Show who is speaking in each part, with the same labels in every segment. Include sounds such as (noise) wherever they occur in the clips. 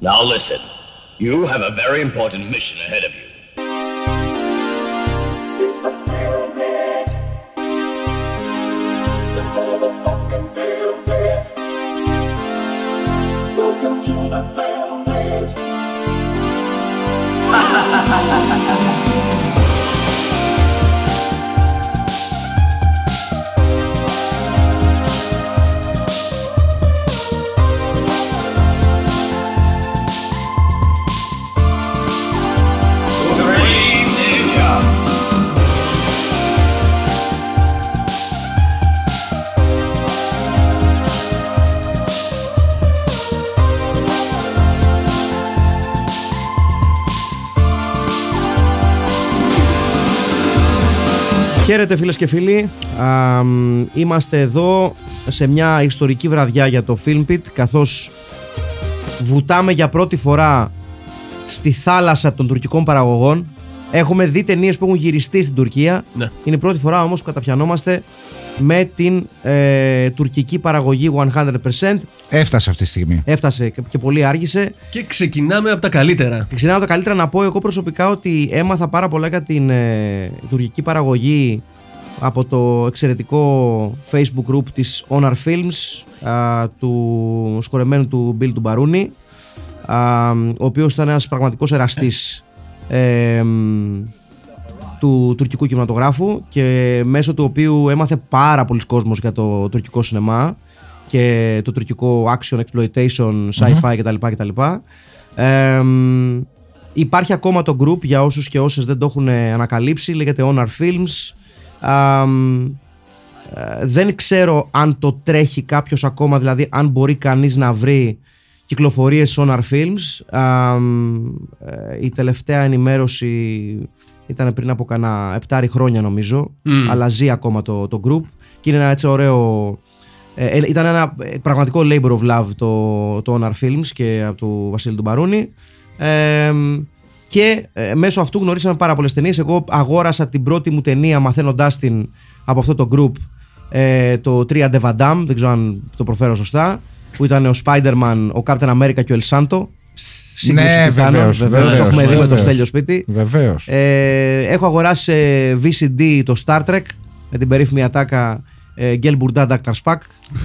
Speaker 1: Now listen, you have a very important mission ahead of you.
Speaker 2: It's the feel good. The motherfucking feel good. Welcome to the feel good.
Speaker 3: Χαίρετε φίλες και φίλοι, Α, μ, είμαστε εδώ σε μια ιστορική βραδιά για το Film Pit καθώς βουτάμε για πρώτη φορά στη θάλασσα των τουρκικών παραγωγών. Έχουμε δει ταινίες που έχουν γυριστεί στην Τουρκία.
Speaker 4: Ναι.
Speaker 3: Είναι η πρώτη φορά όμως που καταπιανόμαστε με την ε, τουρκική παραγωγή 100%.
Speaker 5: Έφτασε αυτή τη στιγμή.
Speaker 3: Έφτασε και- και πολύ άργησε.
Speaker 4: Και ξεκινάμε από τα καλύτερα.
Speaker 3: Και Ξεκινάω τα καλύτερα να πω εγώ προσωπικά ότι έμαθα πάρα πολλά για την ε, τουρκική παραγωγή από το εξαιρετικό facebook group της Onar Films α, του σκορεμένου του Bill του Μπαρούνι α, ο οποίος ήταν ένας πραγματικός εραστής ε, μ, του τουρκικού κινηματογράφου και μέσω του οποίου έμαθε πάρα πολλοί κόσμος για το τουρκικό σινεμά και το τουρκικό action, exploitation, sci-fi κτλ. κτλ. Ε, μ, υπάρχει ακόμα το group για όσους και όσες δεν το έχουν ε, ανακαλύψει, λέγεται Honor Films. Α, μ, ε, δεν ξέρω αν το τρέχει κάποιος ακόμα, δηλαδή αν μπορεί κανείς να βρει κυκλοφορίες Sonar Films. Α, μ, ε, η τελευταία ενημέρωση ήταν πριν από κανένα 7 χρόνια νομίζω, αλλά ζει ακόμα το, το group και είναι ένα έτσι ωραίο... ε, ε, ήταν ένα ε, πραγματικό labor of love το, το Honor Films και από του Βασίλη του Μπαρούνη. Ε, μ, και ε, μέσω αυτού γνωρίσαμε πάρα πολλές ταινίες. Εγώ αγόρασα την πρώτη μου ταινία μαθαίνοντάς την από αυτό το group ε, το 3 De Van Damme, δεν ξέρω αν το προφέρω σωστά, που ήταν ο Spider-Man, ο Captain America και ο El Santo. Σύγκρουση
Speaker 5: Ναι,
Speaker 3: τιτάνων,
Speaker 5: βεβαίως,
Speaker 3: βεβαίως, Το
Speaker 5: βεβαίως,
Speaker 3: έχουμε δει με το
Speaker 5: βεβαίως.
Speaker 3: Στέλιο σπίτι.
Speaker 5: Βεβαίως.
Speaker 3: Ε, έχω αγοράσει ε, VCD το Star Trek με την περίφημη ατάκα ε, Γκέλ Μπουρντά Dr. Spack.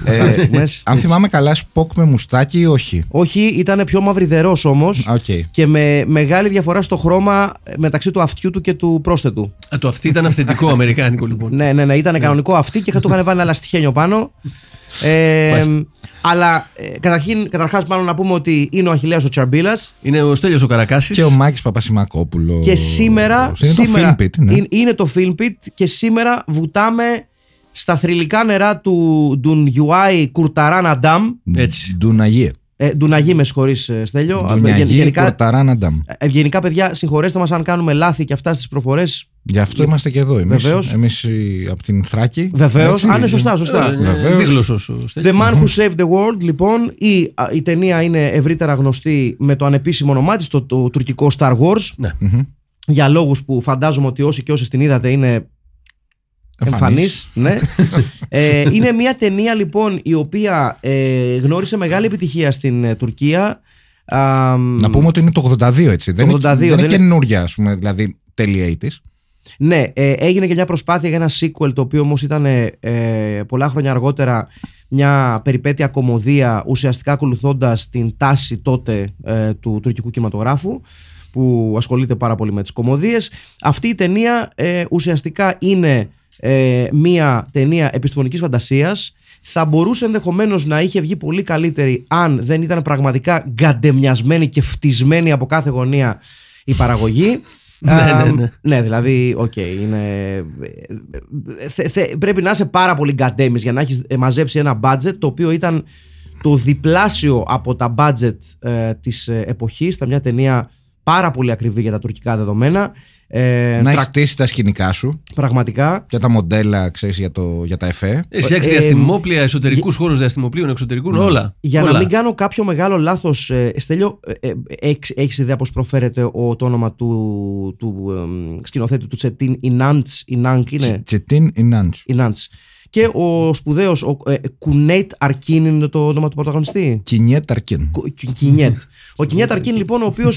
Speaker 5: Ε,
Speaker 3: Ωραίες στιγμές.
Speaker 5: Αν θυμάμαι καλά, σποκ με μουστάκι ή όχι.
Speaker 3: Όχι, ήταν πιο μαυριδερός όμως.
Speaker 5: Οκ.
Speaker 3: Και με μεγάλη διαφορά στο χρώμα ε, μεταξύ του αυτιού του και του πρόσθετου.
Speaker 4: Α, το αυτή ήταν αυθεντικό
Speaker 3: (laughs)
Speaker 4: αμερικάνικο λοιπόν.
Speaker 3: Ναι, ναι, ναι. Ήταν κανονικό αυτή και του είχαν βάλει ένα λαστιχένιο πάνω. Ε,
Speaker 4: Μάλιστα.
Speaker 3: αλλά ε, καταρχήν, καταρχάς μάλλον να πούμε ότι είναι ο Αχιλέας ο Τσαρμπίλας
Speaker 4: Είναι ο Στέλιος ο Καρακάσης.
Speaker 5: Και ο Μάκης Παπασημακόπουλος.
Speaker 3: και σήμερα,
Speaker 5: Είναι
Speaker 3: σήμερα
Speaker 5: το Filmpit, ναι.
Speaker 3: είναι, είναι το Film Pit και σήμερα βουτάμε στα θρηλυκά νερά του Ντουνιουάι Κουρταράν Αντάμ
Speaker 4: Έτσι.
Speaker 5: Ντουναγίε.
Speaker 3: ε, Ντουναγί με συγχωρείς ε, Στέλιο Ε, γεν-
Speaker 5: Ντουναγίε
Speaker 3: γενικά,
Speaker 5: Κορταράνανταμ.
Speaker 3: ε, ευγενικά παιδιά συγχωρέστε μας αν κάνουμε λάθη και αυτά στις προφορές
Speaker 5: Γι' αυτό είμαστε και εδώ εμείς.
Speaker 3: Βεβαίως.
Speaker 5: Εμείς από την Θράκη.
Speaker 3: Βεβαίως,
Speaker 5: Έτσι,
Speaker 3: αν είναι σωστά, σωστά
Speaker 4: Ε,
Speaker 5: Βεβαίως.
Speaker 4: δίγλωσσος ο Στέλιος.
Speaker 3: The Man Who Saved the World, λοιπόν, η, α, η ταινία είναι ευρύτερα γνωστή με το ανεπίσημο όνομά της, το, το τουρκικό Star Wars.
Speaker 4: Ναι.
Speaker 3: Για λόγους που φαντάζομαι ότι όσοι και όσες την είδατε είναι εμφανείς. Ναι. ε, είναι μια ταινία, λοιπόν, η οποία ε, γνώρισε μεγάλη επιτυχία στην ε, Τουρκία. Α, μ,
Speaker 5: Να πούμε ότι είναι το 82 έτσι. δεν, είναι,
Speaker 3: 82,
Speaker 5: δεν
Speaker 3: δεν
Speaker 5: είναι
Speaker 3: είναι-
Speaker 5: καινούρια, ας πούμε, δηλαδή τέλεια της.
Speaker 3: Ναι, ε, έγινε και μια προσπάθεια για ένα sequel το οποίο όμως ήταν ε, ε, πολλά χρόνια αργότερα μια περιπέτεια κομμωδία ουσιαστικά ακολουθώντας την τάση τότε ε, του τουρκικού κινηματογράφου που ασχολείται πάρα πολύ με τις κομμωδίες. Αυτή η ταινία ε, ουσιαστικά είναι ε, μια ταινία επιστημονικής φαντασίας θα μπορούσε ενδεχομένως να είχε βγει πολύ καλύτερη αν δεν ήταν πραγματικά γκαντεμιασμένη και φτισμένη από κάθε γωνία η παραγωγή.
Speaker 4: (laughs) Ναι, ναι,
Speaker 3: Αμ,
Speaker 4: ναι.
Speaker 3: ναι, δηλαδή, οκ, είναι. ε, θε- θε- πρέπει να είσαι πάρα πολύ γκαντέμις για να έχεις μαζέψει ένα budget το οποίο ήταν το διπλάσιο από τα budget ε, της εποχή. Ήταν μια ταινία πάρα πολύ ακριβή για τα τουρκικά δεδομένα. Ε,
Speaker 5: να
Speaker 3: τρα-
Speaker 5: έχεις στήσει τα σκηνικά σου
Speaker 3: Πραγματικά.
Speaker 5: και τα μοντέλα, ξέρεις, για, το- για τα εφέ.
Speaker 4: Έχει φτιάξει
Speaker 3: Ε, Ναι.
Speaker 4: διαστημόπλια, εσωτερικού χώρους διαστημοπλίων, εξωτερικών, όλα.
Speaker 3: Για
Speaker 4: όλα.
Speaker 3: να μην κάνω κάποιο μεγάλο λάθος, ε, Στέλιο, ε, ε, έχεις- έχεις ιδέα πώς προφέρεται ο, το όνομα του, του ε, σκηνοθέτη του Τσετίν Ινάντ. Ινάνκ είναι.
Speaker 5: Τσετίν Ινάντ.
Speaker 3: Η Νάντς. και ο σπουδαίος ο, ε, Κουνέιτ Αρκίν είναι το όνομα του πρωταγωνιστή.
Speaker 5: Κινιέ Ταρκίν.
Speaker 3: Κου- Κι- Κινιέτ. Ο Κινιέτ Αρκίν, λοιπόν, ο οποίος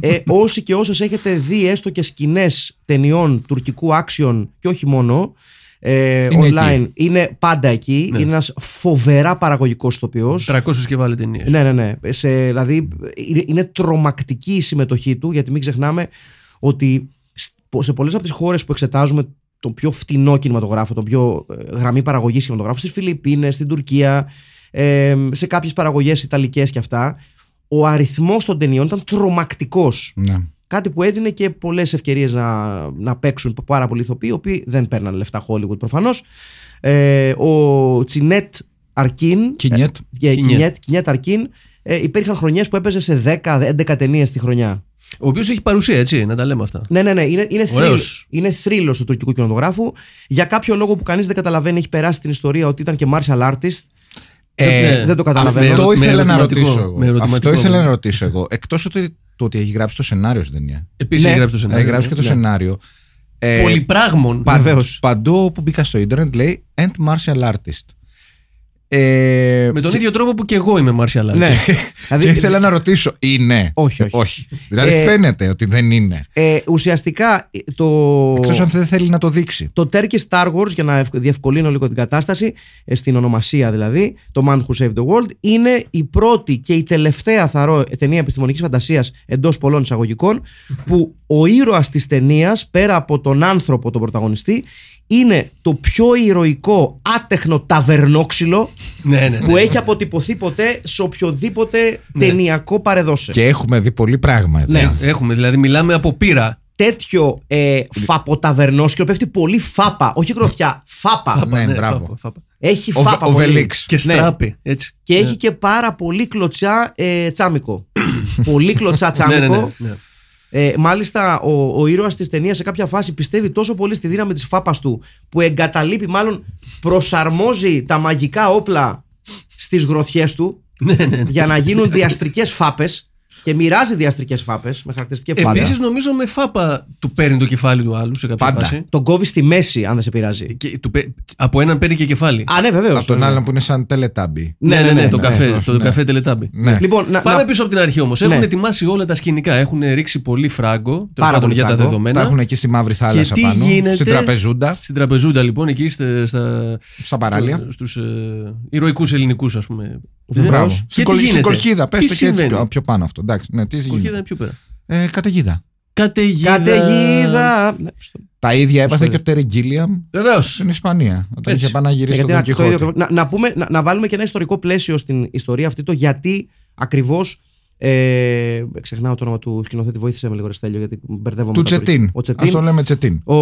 Speaker 3: ε, όσοι και όσες έχετε δει έστω και σκηνές ταινιών τουρκικού action και όχι μόνο. Ε,
Speaker 5: Είναι
Speaker 3: online
Speaker 5: εκεί.
Speaker 3: είναι πάντα εκεί. Είναι ένας φοβερά παραγωγικός ηθοποιό.
Speaker 4: 300 και βάλε ταινίες.
Speaker 3: Ναι, ναι, ναι. Σε, δηλαδή είναι, είναι τρομακτική η συμμετοχή του, γιατί μην ξεχνάμε ότι σ- σε πολλές από τις χώρες που εξετάζουμε τον πιο φτηνό κινηματογράφο, τον πιο ε, γραμμή παραγωγής κινηματογράφου, στις Φιλιππίνες, στην Τουρκία, ε, σε κάποιες παραγωγές Ιταλικές και αυτά, ο αριθμός των ταινιών ήταν τρομακτικός.
Speaker 5: Ναι.
Speaker 3: Κάτι που έδινε και πολλές ευκαιρίες να, να παίξουν πάρα πολλοί ηθοποιοί, οι οποίοι δεν παίρναν λεφτά Hollywood προφανώς. Ε, ο Τσινέτ Αρκίν,
Speaker 5: Κινιέτ.
Speaker 3: για
Speaker 4: Κινιέτ.
Speaker 3: Κινιέτ, Κινιέτ Αρκίν. Ε, υπήρχαν χρονιές που έπαιζε σε 10-11 ταινίες τη χρονιά.
Speaker 4: Ο οποίος έχει παρουσία, έτσι, να τα λέμε αυτά.
Speaker 3: Ναι, ναι, ναι. Είναι, είναι, θρύλ,
Speaker 4: Ωραίος.
Speaker 3: είναι θρύλος του τουρκικού κινηματογράφου. Για κάποιο λόγο που κανείς δεν καταλαβαίνει, έχει περάσει την ιστορία ότι ήταν και martial artist.
Speaker 5: Ε,
Speaker 3: Ναι, δεν το καταλαβαίνω.
Speaker 5: Αυτό
Speaker 4: Ναι. με
Speaker 5: ήθελα να
Speaker 4: ερωτηματικό,
Speaker 5: ρωτήσω εγώ.
Speaker 4: με ερωτηματικό.
Speaker 5: Αυτό ήθελα να ρωτήσω εγώ. Εκτός ότι το ότι έχει γράψει το σενάριο στην ταινία.
Speaker 4: Επίσης
Speaker 3: Ναι.
Speaker 4: έχει γράψει το σενάριο.
Speaker 5: Έχει γράψει και το
Speaker 4: ναι.
Speaker 5: σενάριο. Ε,
Speaker 4: Πολυπράγμων.
Speaker 5: παν-
Speaker 3: βεβαίως.
Speaker 5: Παντού όπου μπήκα στο ίντερνετ λέει and martial artist. Ε,
Speaker 4: Με τον
Speaker 5: και-
Speaker 4: ίδιο τρόπο που και εγώ είμαι martial artist.
Speaker 3: ναι.
Speaker 5: (laughs) Και ήθελα να ρωτήσω, είναι.
Speaker 3: Όχι,
Speaker 5: Ε,
Speaker 3: όχι.
Speaker 5: Δηλαδή
Speaker 3: Ε,
Speaker 5: φαίνεται ότι δεν είναι.
Speaker 3: ε, ουσιαστικά ε, το.
Speaker 5: Εκτός αν δεν θέλει να το δείξει.
Speaker 3: Το Turkish Star Wars, για να ευκ- διευκολύνω λίγο την κατάσταση, ε, στην ονομασία δηλαδή, το Man Who Saved the World, είναι η πρώτη και η τελευταία θαρώ ταινία επιστημονικής φαντασίας εντός πολλών
Speaker 5: (laughs)
Speaker 3: εισαγωγικών, που ο ήρωας της ταινίας, πέρα από τον άνθρωπο, τον πρωταγωνιστή, είναι το πιο ηρωικό άτεχνο ταβερνόξυλο
Speaker 4: ναι, ναι. ναι.
Speaker 3: που έχει αποτυπωθεί ποτέ σε οποιοδήποτε ταινιακό παρεδόσε.
Speaker 5: Ναι. Και έχουμε δει πολύ πράγμα εδώ.
Speaker 3: Ναι.
Speaker 4: Έχουμε, δηλαδή μιλάμε από πείρα.
Speaker 3: Τέτοιο ε, φαποταβερνόξυλο πέφτει πολύ φάπα, όχι γροθιά, φάπα.
Speaker 5: Ναι,
Speaker 4: Ναι,
Speaker 5: μπράβο.
Speaker 4: φάπα, φάπα.
Speaker 3: Έχει
Speaker 5: Ο,
Speaker 3: φάπα
Speaker 5: ο
Speaker 3: πολύ.
Speaker 5: Βελίξ.
Speaker 4: Και
Speaker 3: Ναι.
Speaker 4: στράπη, έτσι.
Speaker 3: Και έχει και πάρα πολύ κλωτσιά ε, τσάμικο. πολύ κλωτσά τσάμικο.
Speaker 4: Ναι, ναι, ναι, ναι.
Speaker 3: Ε, μάλιστα, ο, ο ήρωας της ταινίας σε κάποια φάση πιστεύει τόσο πολύ στη δύναμη της φάπας του που εγκαταλείπει, μάλλον προσαρμόζει τα μαγικά όπλα στις γροθιές του για να γίνουν διαστρικές φάπες και μοιράζει διαστρικές φάπες με χαρακτηριστική ευκολία.
Speaker 4: Επίσης, νομίζω με φάπα του παίρνει το κεφάλι του άλλου σε κάποια
Speaker 5: Πάντα.
Speaker 4: φάση.
Speaker 3: τον κόβει στη μέση, αν δεν σε πειράζει.
Speaker 4: Και του παί- από έναν παίρνει και κεφάλι.
Speaker 3: Α, ναι, βεβαίως.
Speaker 5: Από τον άλλον που είναι σαν τελετάμπι.
Speaker 3: Ναι, ναι, ναι,
Speaker 4: τον
Speaker 5: ναι,
Speaker 4: καφέ,
Speaker 5: αυτός,
Speaker 4: τον
Speaker 5: ναι.
Speaker 4: καφέ τελετάμπι.
Speaker 5: Ναι.
Speaker 3: Λοιπόν, να,
Speaker 4: Πάμε
Speaker 3: να-
Speaker 4: πίσω από την αρχή όμως. Έχουν
Speaker 3: Ναι.
Speaker 4: ετοιμάσει όλα τα σκηνικά. Έχουν ρίξει πολύ φράγκο τέλος
Speaker 3: Πάρα
Speaker 4: πάντων,
Speaker 3: πολύ
Speaker 4: για τα
Speaker 3: φράγκο.
Speaker 4: δεδομένα.
Speaker 5: Τα έχουν εκεί στη μαύρη θάλασσα
Speaker 4: ναι. τι
Speaker 5: πάνω.
Speaker 4: γίνεται?
Speaker 5: Στην τραπεζούντα,
Speaker 4: Στην τραπεζούντα λοιπόν, εκεί στα, στα,
Speaker 5: στα
Speaker 3: Ναι.
Speaker 5: παράλια.
Speaker 4: στους ε, ηρωικούς ελληνικούς ας πούμε.
Speaker 5: Μπράβο.
Speaker 4: Και
Speaker 5: Στην
Speaker 4: τι
Speaker 5: κολ-
Speaker 4: γίνεται?
Speaker 5: Στην κολχίδα, πες
Speaker 4: Τι
Speaker 5: το και έτσι
Speaker 4: συμβαίνει?
Speaker 5: πιο, πιο πάνω αυτό. Εντάξει, ναι, τι
Speaker 4: Κολκίδα
Speaker 5: γίνεται.
Speaker 4: είναι πιο πέρα.
Speaker 5: Ε, καταιγίδα.
Speaker 4: Καταιγίδα.
Speaker 3: Καταιγίδα. Ναι, στο-
Speaker 5: Τα ίδια έπαθε και ο Τέρι Γκίλιαμ
Speaker 4: Βεβαίως.
Speaker 5: στην Ισπανία. Όταν
Speaker 4: Έτσι.
Speaker 5: είχε πάει να γυρίσει
Speaker 3: Ναι, Γιατί να,
Speaker 5: τον Δον
Speaker 3: το ίδιο
Speaker 5: Κιχώτη.
Speaker 3: ακριβώς- να, να, πούμε, να, να βάλουμε και ένα ιστορικό πλαίσιο στην ιστορία αυτή, το γιατί ακριβώς. Ε, ξεχνάω το όνομα του σκηνοθέτη, βοήθησε με λίγο Ρεστέλιο, γιατί μπερδεύομαι.
Speaker 5: Του
Speaker 3: με τα
Speaker 5: Τσετίν.
Speaker 3: τουρκικά. Ο
Speaker 5: Ας το
Speaker 3: Τσετίν,
Speaker 5: λέμε Τσετίν.
Speaker 3: ο,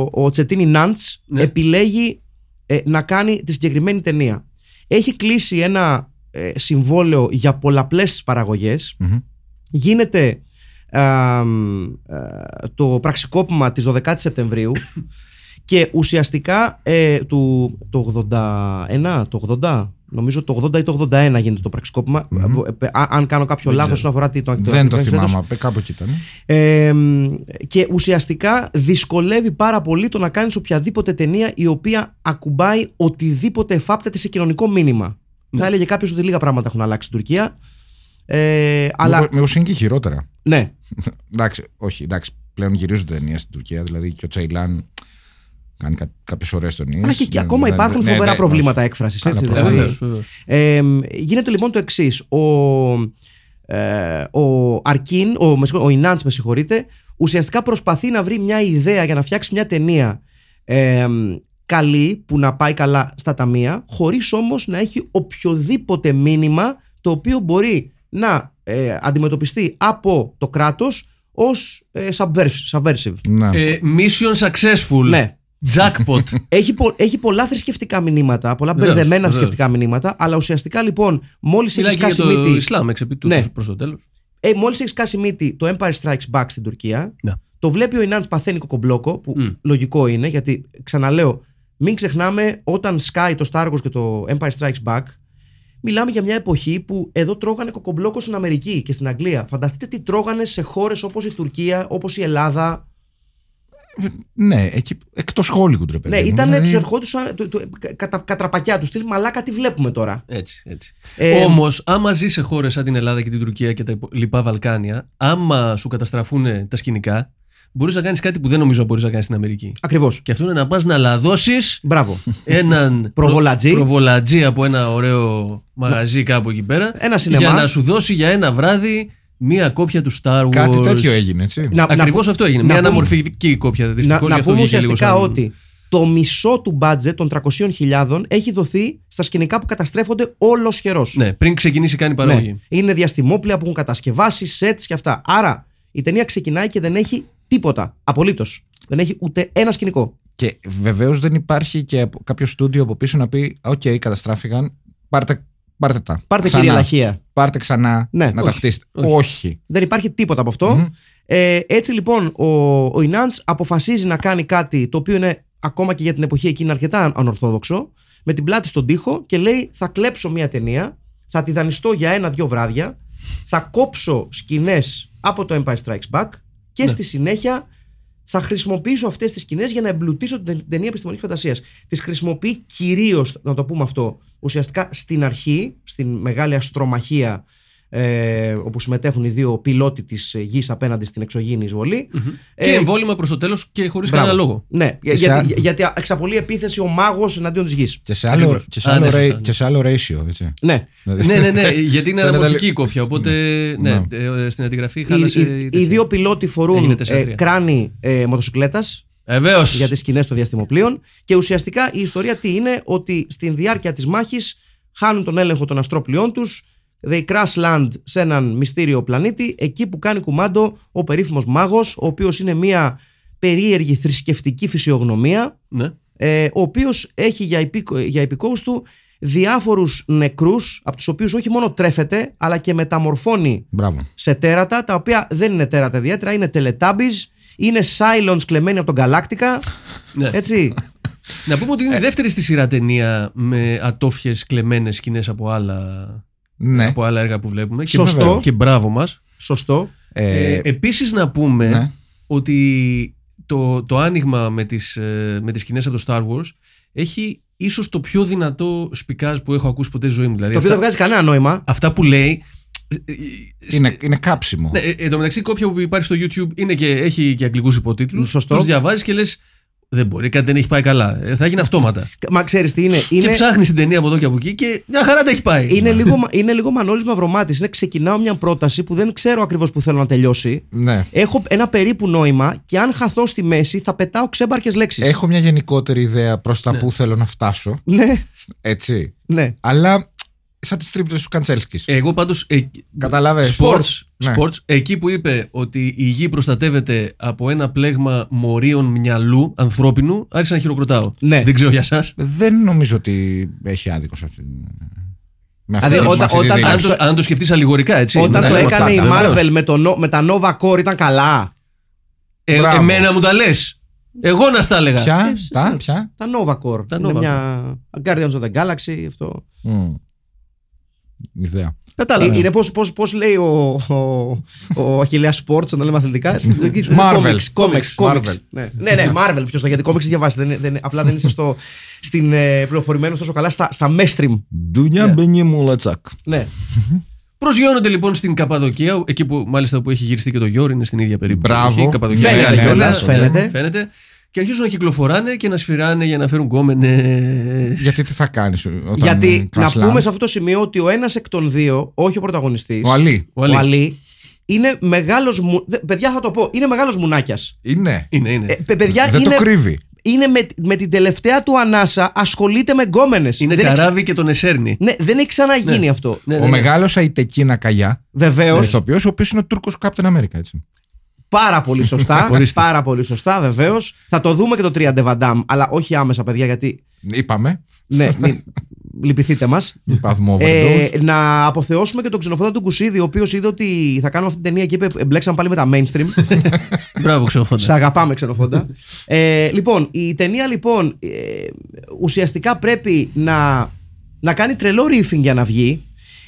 Speaker 3: ο Τσετίνι Νάντς
Speaker 4: Ναι.
Speaker 3: επιλέγει ε, να κάνει τη συγκεκριμένη ταινία. Έχει κλείσει ένα ε, συμβόλαιο για πολλαπλές παραγωγές.
Speaker 5: Μμμ.
Speaker 3: Γίνεται α, μ, ε, το πραξικόπημα της 12
Speaker 5: (coughs)
Speaker 3: Σεπτεμβρίου και ουσιαστικά ε, του, το 81, το 80, νομίζω το 80 ή το 81 γίνεται το πραξικοπημα
Speaker 5: Μμμ.
Speaker 3: αν κάνω κάποιο
Speaker 4: Δεν
Speaker 3: λάθος
Speaker 4: ξέρω.
Speaker 3: όσον αφορά τι- το
Speaker 5: Δεν το
Speaker 3: ακριβές έτος.
Speaker 5: θυμάμαι, απ' κάπου εκεί ήταν.
Speaker 3: Ε, μ, και ουσιαστικά δυσκολεύει πάρα πολύ το να κάνεις οποιαδήποτε ταινία η οποία ακουμπάει οτιδήποτε εφάπτεται σε κοινωνικό μήνυμα. Θα έλεγε κάποιος ότι λίγα πράγματα έχουν αλλάξει στην Τουρκία. Ε, αλλά
Speaker 5: Μήπως- Μήπως είναι και χειρότερα.
Speaker 3: ναι,
Speaker 5: Εντάξει, όχι, εντάξει. Πλέον γυρίζονται ταινίε στην Τουρκία. Δηλαδή και ο Τσαϊλάν κάνει κάποιες ωραίες ταινίες.
Speaker 3: αλλά και, και
Speaker 5: Ναι,
Speaker 3: ακόμα
Speaker 5: δηλαδή-
Speaker 3: υπάρχουν φοβερά προβλήματα έκφρασης.
Speaker 5: Καλά
Speaker 3: Έτσι,
Speaker 4: Ε,
Speaker 5: προβλήματα.
Speaker 3: δηλαδή.
Speaker 4: βεβαίως, βεβαίως.
Speaker 3: Ε, μ, γίνεται λοιπόν το εξής. Ο, ε, ο Αρκίν, ο, με συγχω- ο Ινάντς, με συγχωρείτε, ουσιαστικά προσπαθεί να βρει μια ιδέα για να φτιάξει μια ταινία ε, μ, καλή που να πάει καλά στα ταμεία, χωρίς όμως να έχει οποιοδήποτε μήνυμα το οποίο μπορεί να ε, αντιμετωπιστεί από το κράτος ως ε, subversive. subversive.
Speaker 5: Ναι.
Speaker 4: Ε, Mission successful.
Speaker 3: Ναι.
Speaker 4: Jackpot.
Speaker 3: Έχει, πο- έχει πολλά θρησκευτικά μηνύματα, πολλά
Speaker 4: Βεβαίως,
Speaker 3: μπερδεμένα
Speaker 4: βεβαίως.
Speaker 3: θρησκευτικά μηνύματα, αλλά ουσιαστικά λοιπόν, μόλις έχει
Speaker 4: Μιλάει και για
Speaker 3: σκάσει
Speaker 4: το
Speaker 3: μύτη.
Speaker 4: Ισλάμ εξ επί
Speaker 3: Ναι.
Speaker 4: προς το τέλος.
Speaker 3: Ε, Μόλις έχεις σκάσει μύτη το Empire Strikes Back στην Τουρκία,
Speaker 4: Ναι.
Speaker 3: το βλέπει ο Ινάντ παθαίνει κοκομπλόκο, που
Speaker 4: Μμ.
Speaker 3: λογικό είναι, γιατί ξαναλέω, μην ξεχνάμε, όταν σκάει το Star Wars και το Empire Strikes Back, μιλάμε για μια εποχή που εδώ τρώγανε κοκομπλόκο στην Αμερική και στην Αγγλία. Φανταστείτε τι τρώγανε σε χώρες όπως η Τουρκία, όπως η Ελλάδα.
Speaker 5: Ναι, εκεί, εκτός Hollywood, ρε παιδί.
Speaker 3: Ναι,
Speaker 5: μου,
Speaker 3: ήταν
Speaker 5: δηλαδή,
Speaker 3: του ερχόντουσαν του- του- κατα, κατραπακιά τους. Στυλ μαλάκα, τι βλέπουμε τώρα.
Speaker 4: Έτσι, έτσι.
Speaker 3: Ε,
Speaker 4: Όμως, άμα ζεις σε χώρες σαν την Ελλάδα και την Τουρκία και τα υπο- λοιπά Βαλκάνια, άμα σου καταστραφούν τα σκηνικά, μπορείς να κάνεις κάτι που δεν νομίζω μπορείς να κάνεις στην Αμερική.
Speaker 3: Ακριβώς.
Speaker 4: Και αυτό είναι να πας να λαδώσεις (laughs)
Speaker 3: Μπράβο.
Speaker 4: έναν
Speaker 3: (laughs) Προβολατζή. Ναι.
Speaker 4: προ- προβολατζή από ένα ωραίο μαγαζί κάπου εκεί πέρα.
Speaker 3: Ένα σινεμά.
Speaker 4: Για να σου δώσει για ένα βράδυ μία κόπια του Star Wars.
Speaker 5: Κάτι τέτοιο έγινε, έτσι.
Speaker 3: Να- να
Speaker 4: Ακριβώς
Speaker 3: πού-
Speaker 4: αυτό έγινε.
Speaker 3: να
Speaker 4: Μια
Speaker 3: πούμε-
Speaker 4: αναμορφική κόπια.
Speaker 3: Να,
Speaker 4: Δυστυχώς
Speaker 3: να πούμε ουσιαστικά ότι το μισό του μπάτζετ των 300.000 έχει δοθεί στα σκηνικά που καταστρέφονται όλος χερό.
Speaker 4: Ναι, πριν ξεκινήσει καν η παραγωγή.
Speaker 3: Είναι διαστημόπλαια που έχουν κατασκευάσει, σετ και αυτά. Άρα η ταινία ξεκινάει και δεν έχει τίποτα. Απολύτως. Δεν έχει ούτε ένα σκηνικό.
Speaker 5: Και βεβαίως δεν υπάρχει και από- κάποιο στούντιο από πίσω να πει: Οκ, καταστράφηκαν. Πάρτε, πάρτε τα.
Speaker 3: Πάρτε
Speaker 5: ξανά,
Speaker 3: κυρία Λαχεία.
Speaker 5: Πάρτε ξανά
Speaker 3: Ναι,
Speaker 5: να τα
Speaker 4: όχι,
Speaker 5: χτίσετε.
Speaker 4: όχι.
Speaker 5: Όχι.
Speaker 3: Δεν υπάρχει τίποτα από αυτό.
Speaker 5: Μμμ.
Speaker 3: Ε, έτσι λοιπόν ο, ο Ινάντς αποφασίζει να κάνει κάτι το οποίο είναι ακόμα και για την εποχή εκείνη αρκετά ανορθόδοξο με την πλάτη στον τοίχο και λέει θα κλέψω μια ταινία, θα τη δανειστώ για ένα-δυο βράδια, θα κόψω σκηνές από το Empire Strikes Back και στη συνέχεια θα χρησιμοποιήσω αυτές τις σκηνές για να εμπλουτίσω την ταινία επιστημονικής φαντασίας. Τις χρησιμοποιεί κυρίως, να το πούμε αυτό, ουσιαστικά στην αρχή, στην μεγάλη αστρομαχία ε, όπου συμμετέχουν οι δύο πιλότοι της ε, γης απέναντι στην εξωγήινη εισβολή.
Speaker 4: Και
Speaker 3: Ε,
Speaker 4: εμβόλυμα προς το τέλος και χωρίς
Speaker 3: μπράβο.
Speaker 4: κανένα λόγο.
Speaker 3: Ναι,
Speaker 5: Και σε
Speaker 3: γιατί,
Speaker 5: άλλο-
Speaker 3: γιατί εξαπολύει επίθεση ο μάγος εναντίον της γης.
Speaker 5: Και σε άλλο,
Speaker 4: Ακριβώς.
Speaker 5: και σε
Speaker 4: Α,
Speaker 5: άλλο,
Speaker 4: ναι,
Speaker 5: ρε-
Speaker 4: σωστά, ναι.
Speaker 5: και σε άλλο ratio, έτσι.
Speaker 3: Ναι.
Speaker 5: Δηλαδή-
Speaker 4: ναι, ναι, ναι, γιατί είναι
Speaker 5: Φαίνεται
Speaker 4: αναμορφική η
Speaker 5: λίγο-
Speaker 4: κόπια. Οπότε, ναι,
Speaker 5: Ναι.
Speaker 4: ε, στην αντιγραφή
Speaker 3: Οι,
Speaker 4: χάλασε.
Speaker 3: οι- οι δύο πιλότοι φορούν
Speaker 4: Έγινε
Speaker 3: ε,
Speaker 4: 4-3.
Speaker 3: κράνη ε, μοτοσυκλέτας
Speaker 4: Βεβαίω.
Speaker 3: για τις σκηνές των διαστημοπλοίων και ουσιαστικά η ιστορία τι είναι ότι στην διάρκεια της μάχης χάνουν τον έλεγχο των αστρόπλοιών τους They crash land σε έναν μυστήριο πλανήτη εκεί που κάνει κουμάντο ο περίφημος μάγος ο οποίος είναι μια περίεργη θρησκευτική φυσιογνωμία
Speaker 4: Ναι.
Speaker 3: ε, ο οποίος έχει για, υπήκο, για υπηκόους του διάφορους νεκρούς από τους οποίους όχι μόνο τρέφεται αλλά και μεταμορφώνει
Speaker 5: Μπράβο.
Speaker 3: σε τέρατα τα οποία δεν είναι τέρατα ιδιαίτερα είναι τελετάμπις είναι Silence κλεμμένοι από τον Galactica
Speaker 4: ναι. (laughs)
Speaker 3: έτσι Ε.
Speaker 4: Να πούμε ότι είναι η δεύτερη στη σειρά ταινία με ατόφιες κλεμμένες σκηνές από άλλα,
Speaker 5: Ναι.
Speaker 4: από άλλα έργα που βλέπουμε. Και-
Speaker 3: Σωστό.
Speaker 4: Και, μπράβο μας.
Speaker 3: σωστό
Speaker 5: Ε,
Speaker 4: Ε, Επίσης να πούμε
Speaker 5: ναι.
Speaker 4: ότι το, το άνοιγμα με τις, ε, με τις σκηνές από το Star Wars έχει ίσως το πιο δυνατό σπικάζ που έχω ακούσει ποτέ στη ζωή μου. Δηλαδή,
Speaker 3: το οποίο δεν
Speaker 4: αυτά,
Speaker 3: βγάζει κανένα νόημα
Speaker 4: αυτά που λέει... ε, ε,
Speaker 5: Είναι, είναι κάψιμο.
Speaker 4: Ναι, ε, εν τω μεταξύ, κόπια που υπάρχει στο YouTube είναι και, έχει και αγγλικούς υποτίτλους.
Speaker 3: Σωστό.
Speaker 4: Τους διαβάζεις και λες δεν μπορεί, κάτι δεν έχει πάει καλά. Ε, Θα γίνει αυτόματα.
Speaker 3: μα ξέρεις τι είναι
Speaker 4: Και
Speaker 3: είναι,
Speaker 4: ψάχνεις την ταινία από εδώ και από εκεί και μια χαρά τα έχει πάει.
Speaker 3: είναι λίγο, μα- είναι λίγο Μανώλης Μαυρομάτης είναι ξεκινάω μια πρόταση που δεν ξέρω ακριβώς που θέλω να τελειώσει
Speaker 5: Ναι.
Speaker 3: Έχω ένα περίπου νόημα και αν χαθώ στη μέση θα πετάω ξέμπαρκες λέξεις.
Speaker 5: Έχω μια γενικότερη ιδέα προς
Speaker 4: Ναι.
Speaker 5: τα που θέλω να φτάσω.
Speaker 3: Ναι,
Speaker 5: Έτσι.
Speaker 3: ναι.
Speaker 5: Αλλά σαν τις τρίπλες του Καντσέλσκι.
Speaker 4: Εγώ πάντως... ε,
Speaker 5: Καταλάβες.
Speaker 4: Sports,
Speaker 5: Ναι.
Speaker 4: sports, εκεί που είπε ότι η γη προστατεύεται από ένα πλέγμα μορίων μυαλού ανθρώπινου, άρχισα να χειροκροτάω.
Speaker 3: Ναι.
Speaker 4: Δεν ξέρω για σας.
Speaker 5: Δεν νομίζω ότι έχει άδικο σε αυτή την. Με αυτή,
Speaker 3: Δηλαδή,
Speaker 5: με
Speaker 3: όταν-
Speaker 5: αυτή τη
Speaker 3: όταν-
Speaker 5: δήλωση.
Speaker 4: Αν το, αν το σκεφτείς αλληγορικά, έτσι.
Speaker 3: Όταν
Speaker 4: Ναι,
Speaker 3: το
Speaker 4: ναι,
Speaker 3: έκανε η
Speaker 4: αυτά,
Speaker 3: Marvel
Speaker 4: βεβαίως.
Speaker 3: με, το, νο- με τα Nova Core ήταν καλά.
Speaker 4: Ε,
Speaker 5: Μπράβο.
Speaker 4: εμένα μου τα λες. Εγώ να στα έλεγα.
Speaker 5: Ποια,
Speaker 3: Ε,
Speaker 5: τα,
Speaker 3: σε-
Speaker 5: ποια.
Speaker 3: Τα Nova Core.
Speaker 4: Τα
Speaker 3: είναι
Speaker 4: Nova
Speaker 3: μια Guardians of the Galaxy. Αυτό.
Speaker 5: Μμ. Ιδέα.
Speaker 4: Κατάλαβα.
Speaker 3: Ε, Είναι πώς, πώς, πώς λέει ο, ο, ο Αχιλέας Sports όταν λέμε αθλητικά. Ε,
Speaker 5: Marvel.
Speaker 3: Κόμιξ, κόμιξ,
Speaker 5: Marvel.
Speaker 3: κόμιξ. Ναι, ναι, ναι, Marvel ποιος το, γιατί κόμιξ διαβάσει. Δεν, δεν, απλά δεν είσαι στο, στην, ε, πληροφορημένος τόσο καλά στα, στα mainstream.
Speaker 5: Ντουνιά μπαινί μου λατσάκ.
Speaker 3: Ναι.
Speaker 4: Προσγειώνονται λοιπόν στην Καπαδοκία, εκεί που μάλιστα που έχει γυριστεί και το Γιώργο, είναι στην ίδια περίπου.
Speaker 5: Μπράβο.
Speaker 4: περιοχή, Καπαδοκία,
Speaker 3: Φαίνεται
Speaker 4: Μεγάλη
Speaker 3: κιόλας,
Speaker 4: Ιταλία,
Speaker 3: φαίνεται.
Speaker 4: ναι, φαίνεται. Και αρχίζουν να κυκλοφοράνε και να σφυράνε για να φέρουν γκόμενες.
Speaker 5: Γιατί τι θα κάνεις όταν.
Speaker 3: Γιατί
Speaker 5: ε,
Speaker 3: να
Speaker 5: crash land.
Speaker 3: πούμε σε αυτό το σημείο ότι ο ένας εκ των δύο, όχι ο πρωταγωνιστής,
Speaker 5: Ο Αλή.
Speaker 4: Ο Αλή.
Speaker 3: ο Αλή, είναι μεγάλος μου... δε- Παιδιά θα το πω, είναι μεγάλος μουνάκιας.
Speaker 5: Είναι.
Speaker 4: Είναι, είναι.
Speaker 3: Ε, παι- παιδιά
Speaker 5: ναι. Δεν
Speaker 3: είναι, Ναι,
Speaker 5: το κρύβει.
Speaker 3: είναι με, με την τελευταία του ανάσα ασχολείται με γκόμενες.
Speaker 4: είναι
Speaker 3: δεν έχει-
Speaker 4: καράβι και τον εσέρνει.
Speaker 3: Ναι, δεν έχει ξαναγίνει
Speaker 4: Ναι.
Speaker 3: αυτό.
Speaker 4: Ναι,
Speaker 5: Ο
Speaker 4: ναι, ναι.
Speaker 5: μεγάλος Αϊτεκίνα Καγιά. Ο
Speaker 3: Βεβαίω.
Speaker 5: ηθοποιό, ο οποίος είναι ο Τούρκος Captain America, έτσι.
Speaker 3: Πάρα πολύ σωστά.
Speaker 4: Ορίστε.
Speaker 3: πάρα πολύ σωστά, βεβαίως. Θα το δούμε και το 3 Ντεβαντάμ, αλλά όχι άμεσα, παιδιά, γιατί.
Speaker 5: Είπαμε.
Speaker 3: Ναι, μην... λυπηθείτε μας.
Speaker 5: Παθμό
Speaker 3: Ε, να αποθεώσουμε και τον ξενοφόντα του Κουσίδη, ο οποίος είδε ότι θα κάνουμε αυτή την ταινία και είπε: Μπλέξαμε πάλι με τα mainstream.
Speaker 4: Μπράβο, ξενοφόντα.
Speaker 3: Σε αγαπάμε, ξενοφόντα. ε, λοιπόν, η ταινία λοιπόν ε, ουσιαστικά πρέπει να, να κάνει τρελό ρίφινγκ για να βγει.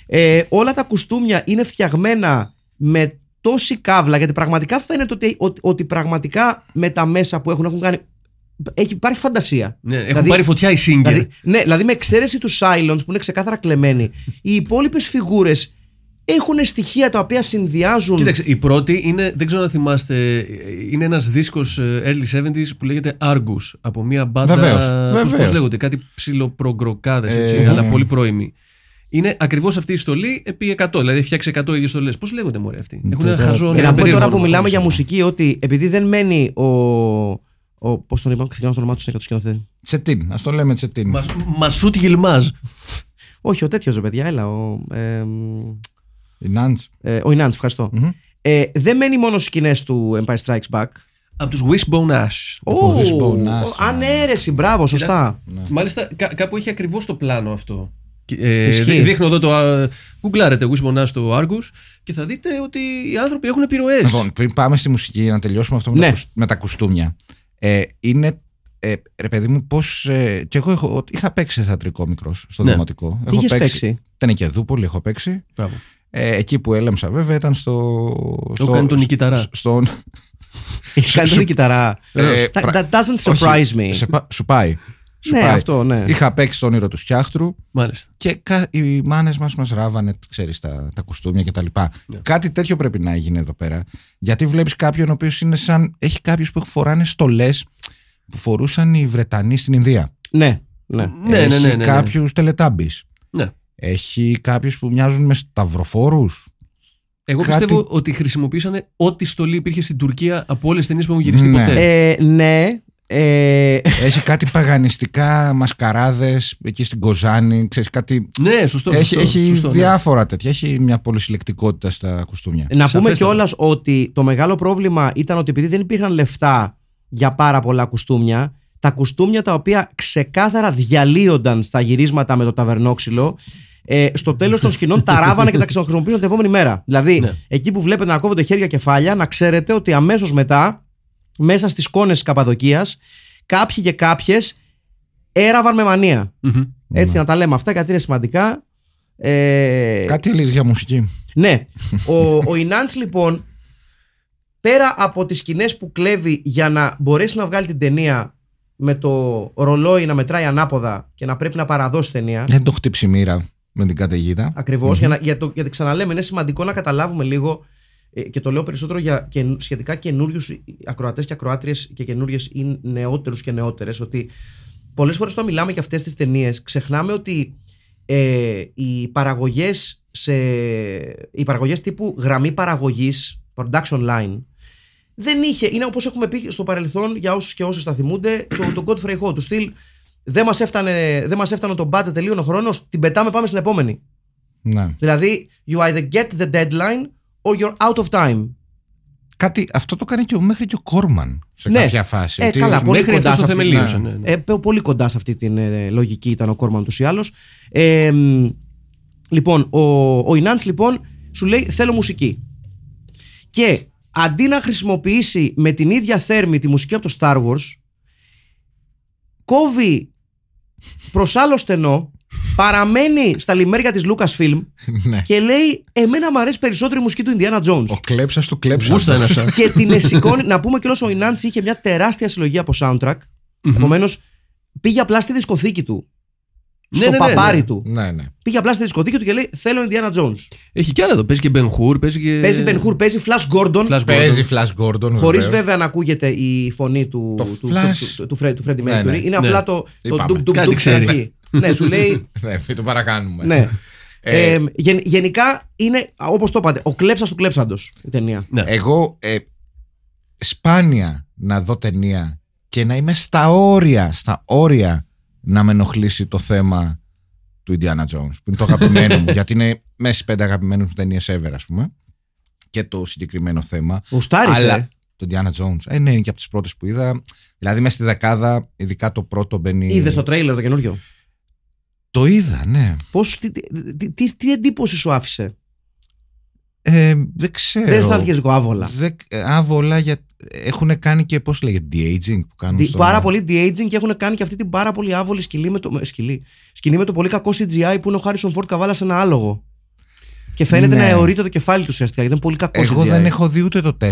Speaker 3: Ε, όλα τα κουστούμια είναι φτιαγμένα με τόση καύλα, γιατί πραγματικά φαίνεται ότι, ότι, ότι πραγματικά με τα μέσα που έχουν, έχουν κάνει. Έχει, υπάρχει φαντασία.
Speaker 4: Ναι, έχουν
Speaker 3: Δηλαδή-
Speaker 4: πάρει φωτιά οι Singer.
Speaker 3: Δηλαδή, ναι, δηλαδή με εξαίρεση τους Silence που είναι ξεκάθαρα κλεμμένοι, οι υπόλοιπες φιγούρες έχουν στοιχεία τα οποία συνδυάζουν.
Speaker 4: Κοίταξε, η πρώτη είναι, δεν ξέρω αν θυμάστε, είναι ένας δίσκος ε, early 70s που λέγεται Argus. Από μια μπάντα.
Speaker 5: Βεβαίως,
Speaker 4: πώς-
Speaker 5: βεβαίως.
Speaker 4: Πώς λέγονται, κάτι ψιλοπρογκροκάδες, έτσι,
Speaker 5: Ε,
Speaker 4: αλλά
Speaker 5: ναι.
Speaker 4: πολύ πρώιμοι. Είναι ακριβώς αυτή η στολή επί 100, δηλαδή έχει φτιάξει 100 ίδιες στολές. Πώς λέγονται μωρέ αυτοί. Έχουν ένα
Speaker 5: Ναι, τώρα-
Speaker 4: χαζό.
Speaker 3: Και
Speaker 4: ένα
Speaker 3: να πω
Speaker 4: περίεργο
Speaker 3: τώρα που
Speaker 4: όνομα,
Speaker 3: μιλάμε για
Speaker 4: όνομα.
Speaker 3: μουσική ότι επειδή δεν μένει ο. ο Πώς τον είπαμε, ξεχνάω το όνομά του συνέχεια του σκηνοθέτη.
Speaker 5: Τσετίν, ας το λέμε Τσετίν.
Speaker 4: Μας- Μασούτ Γιλμάζ.
Speaker 3: Όχι, ο τέτοιος ρε παιδιά, έλα. Ο, ε,
Speaker 5: Η Νάντ.
Speaker 3: ε, ο Ινάντ, ευχαριστώ.
Speaker 5: Μμμ.
Speaker 3: Ε, δεν μένει μόνο στις σκηνές του Empire Strikes Back.
Speaker 4: Από τους Wishbone Ash.
Speaker 5: Από
Speaker 3: Ω,
Speaker 5: Wishbone Ash,
Speaker 3: ο- Ανέρεση, μπράβο, σωστά.
Speaker 5: Ναι.
Speaker 4: Μάλιστα, κα- κάπου έχει ακριβώς το πλάνο αυτό. Και, Ε,
Speaker 3: Ισχύει.
Speaker 4: δι- δείχνω εδώ το. α, Γκουγκλάρετε Wishbone Ash στο Argus και θα δείτε ότι οι άνθρωποι έχουν επιρροές.
Speaker 5: Λοιπόν, πριν πάμε στη μουσική, να τελειώσουμε αυτό με,
Speaker 3: Ναι.
Speaker 5: τα, κουσ- με τα κουστούμια. Ε, είναι. Ε, ρε παιδί μου, πώς. Ε, κι εγώ έχω, είχα παίξει θεατρικό μικρός στο
Speaker 4: Ναι.
Speaker 5: δημοτικό.
Speaker 3: Τι είχες παίξει.
Speaker 5: Ήταν και Δούπολη, έχω παίξει. Ε, εκεί που έλαμψα βέβαια ήταν στο. στο
Speaker 4: κάνει τον Νικηταρά.
Speaker 5: σ- Στον.
Speaker 3: Έχεις κάνει την κυταρά.
Speaker 5: Ε,
Speaker 3: That,
Speaker 5: πρα-
Speaker 3: that doesn't surprise
Speaker 5: όχι,
Speaker 3: me.
Speaker 5: σε πα- σου πάει. Σου
Speaker 3: Ναι,
Speaker 5: πάει.
Speaker 3: αυτό, ναι.
Speaker 5: Είχα παίξει το όνειρο του Σκιάχτρου
Speaker 4: Μάλιστα.
Speaker 5: και κα- οι μάνες μας μας ράβανε ξέρεις, τα, τα κουστούμια κτλ.
Speaker 4: Ναι.
Speaker 5: Κάτι τέτοιο πρέπει να έγινε εδώ πέρα. Γιατί βλέπεις κάποιον ο οποίος είναι σαν. Έχει κάποιους που φοράνε στολές που φορούσαν οι Βρετανοί στην Ινδία.
Speaker 3: Ναι, ναι.
Speaker 4: Ναι, ναι,
Speaker 5: Έχει
Speaker 4: ναι. ναι, ναι.
Speaker 5: κάποιους τελετάμπης.
Speaker 4: Ναι.
Speaker 5: Έχει κάποιους που μοιάζουν με σταυροφόρους.
Speaker 4: Εγώ
Speaker 5: κάτι-
Speaker 4: πιστεύω ότι χρησιμοποίησανε ό,τι στολή υπήρχε στην Τουρκία από όλες τις ταινίες που έχουν γυριστεί
Speaker 5: Ναι.
Speaker 4: ποτέ.
Speaker 3: Ε, ναι. Ε,
Speaker 5: Έχει κάτι παγανιστικά μασκαράδες εκεί στην Κοζάνη. Ξέρεις, κάτι...
Speaker 4: ναι, σωστό.
Speaker 5: έχει
Speaker 4: σωστό,
Speaker 5: έχει
Speaker 4: σωστό, ναι.
Speaker 5: διάφορα τέτοια. Έχει μια πολυσυλλεκτικότητα στα κουστούμια.
Speaker 3: να πούμε
Speaker 4: Σαφέστατα.
Speaker 3: κιόλας ότι το μεγάλο πρόβλημα ήταν ότι επειδή δεν υπήρχαν λεφτά για πάρα πολλά κουστούμια, τα κουστούμια τα οποία ξεκάθαρα διαλύονταν στα γυρίσματα με το ταβερνόξυλο, ε, στο τέλος των σκηνών τα ράβανε και τα ξαναχρησιμοποίησαν την επόμενη μέρα. Δηλαδή,
Speaker 4: Ναι.
Speaker 3: εκεί που βλέπετε να κόβονται χέρια κεφάλια, να ξέρετε ότι αμέσως μετά, μέσα στις κόνε της Καπαδοκίας, κάποιοι και κάποιες έραβαν με μανία.
Speaker 4: Μμμ.
Speaker 3: Έτσι να τα λέμε αυτά γιατί είναι σημαντικά. Ε,
Speaker 5: Κάτι έλεγε για μουσική.
Speaker 3: Ναι. Ο, ο Ινάντς λοιπόν, πέρα από τις σκηνές που κλέβει για να μπορέσει να βγάλει την ταινία με το ρολόι να μετράει ανάποδα και να πρέπει να παραδώσει ταινία.
Speaker 5: Δεν το χτύψει η μοίρα με την καταιγίδα.
Speaker 3: ακριβώς, για να, για το, γιατί ξαναλέμε, είναι σημαντικό να καταλάβουμε λίγο ε, και το λέω περισσότερο για και, σχετικά καινούριους ακροατές και ακροάτριες και καινούριες ή νεότερους και νεότερες, ότι πολλές φορές όταν μιλάμε για αυτές τις ταινίες, ξεχνάμε ότι ε, οι παραγωγές σε, οι παραγωγές τύπου γραμμή παραγωγής, production line, δεν είχε. Είναι όπως έχουμε πει στο παρελθόν για όσους και όσες τα θυμούνται, το, το Godfrey Ho του στυλ. Δεν μας έφτανε, δεν μας έφτανε το budget, τελείωνε ο χρόνος, την πετάμε, πάμε στην επόμενη.
Speaker 5: Ναι.
Speaker 3: Δηλαδή, you either get the deadline or you're out of time.
Speaker 5: Κάτι, αυτό το κάνει και ο, μέχρι και ο Κόρμαν σε
Speaker 3: Ναι.
Speaker 5: κάποια φάση.
Speaker 3: Ε, καλά, πολύ
Speaker 4: Μέχρι
Speaker 3: κοντά
Speaker 4: αυτό
Speaker 3: σε
Speaker 4: το
Speaker 3: αυτή-
Speaker 4: θεμελίωσε.
Speaker 5: ναι.
Speaker 4: ναι, ναι.
Speaker 3: Ε, πε- πολύ κοντά σε αυτή την ε, λογική ήταν ο Κόρμαν ούτως ή άλλως. Ε, μ, λοιπόν, ο, ο Ινάντς λοιπόν σου λέει θέλω μουσική. Και αντί να χρησιμοποιήσει με την ίδια θέρμη τη μουσική από το Star Wars, κόβει προς άλλο στενό, παραμένει στα λιμέρια της Lucasfilm
Speaker 5: ναι.
Speaker 3: και λέει εμένα μου αρέσει περισσότερο η μουσική του Indiana Jones.
Speaker 5: Ο κλέψας του κλέψας.
Speaker 4: Γούστα είναι αυτά.
Speaker 3: και την εσηκώνει. να πούμε κιόλας ο Ινάντση είχε μια τεράστια συλλογή από soundtrack. Επομένως, πήγε απλά στη δισκοθήκη του.
Speaker 4: Ναι,
Speaker 3: στο
Speaker 4: ναι, ναι,
Speaker 3: παπάρι
Speaker 4: ναι.
Speaker 3: του.
Speaker 5: Ναι, ναι.
Speaker 3: Πήγε απλά στη δισκοθήκη του και λέει: Θέλω Indiana Jones.
Speaker 4: Έχει κι άλλα εδώ. Παίζει και Ben Hur, παίζει και.
Speaker 3: Παίζει Ben Hur, παίζει Flash Gordon.
Speaker 4: Ε. Flash Gordon.
Speaker 5: Παίζει Flash Gordon.
Speaker 3: Χωρίς
Speaker 5: βεβαίως.
Speaker 3: βέβαια να ακούγεται η φωνή του,
Speaker 5: Το
Speaker 3: του, του,
Speaker 5: Flash.
Speaker 3: του, του, του, Fre- του Freddie Mercury.
Speaker 5: Ναι, ναι.
Speaker 3: Είναι
Speaker 4: Ναι.
Speaker 3: απλά το, το
Speaker 5: Είπαμε.
Speaker 3: ντουμ ντουμ
Speaker 4: Κάτι
Speaker 3: ντουμ στην
Speaker 4: ξέρει.
Speaker 3: αρχή. ναι, σου λέει.
Speaker 5: (laughs) Ναι, μην το παρακάνουμε.
Speaker 3: ναι.
Speaker 5: Ε,
Speaker 3: Ε, γεν- γενικά είναι όπως το είπατε, ο κλέψας του κλέψαντος η ταινία.
Speaker 5: Εγώ ε, σπάνια να δω ταινία και να είμαι στα όρια, στα όρια να με ενοχλήσει το θέμα του Ιντιάνα Jones, που είναι το αγαπημένο
Speaker 3: (laughs)
Speaker 5: μου, γιατί είναι μέσα στις πέντε αγαπημένες μου ταινίες ever, ας πούμε, και το συγκεκριμένο θέμα.
Speaker 3: Γουστάρισε.
Speaker 5: Αλλά τον Diana Jones. Ε, ναι, είναι και από τις πρώτες που είδα. Δηλαδή, μέσα στη δεκάδα, ειδικά το πρώτο μπαίνει.
Speaker 3: Είδες το τρέιλερ το καινούριο.
Speaker 5: Το είδα, ναι.
Speaker 3: Πώς, τι, τι- τι- τι- τι εντύπωσης σου άφησε.
Speaker 5: Ε, δεν ξέρω.
Speaker 3: Δεν αισθάνθηκε άβολα.
Speaker 5: Δεν- ε, άβολα για... έχουν κάνει και πώς λέγεται, de-aging που κάνουν.
Speaker 3: Δι-
Speaker 5: στο- ναι.
Speaker 3: Πάρα πολύ de-aging και έχουν κάνει και αυτή την πάρα πολύ άβολη σκηνή με το, με- σκυλή, σκηνή με το πολύ κακό CGI που είναι ο Χάρισον Φόρτ Καβάλα σε ένα άλογο. Και Και φαίνεται
Speaker 5: Ναι.
Speaker 3: να αιωρείται το κεφάλι του ουσιαστικά γιατί είναι πολύ κακό.
Speaker 5: Εγώ
Speaker 3: CGI.
Speaker 5: δεν έχω δει ούτε το 4,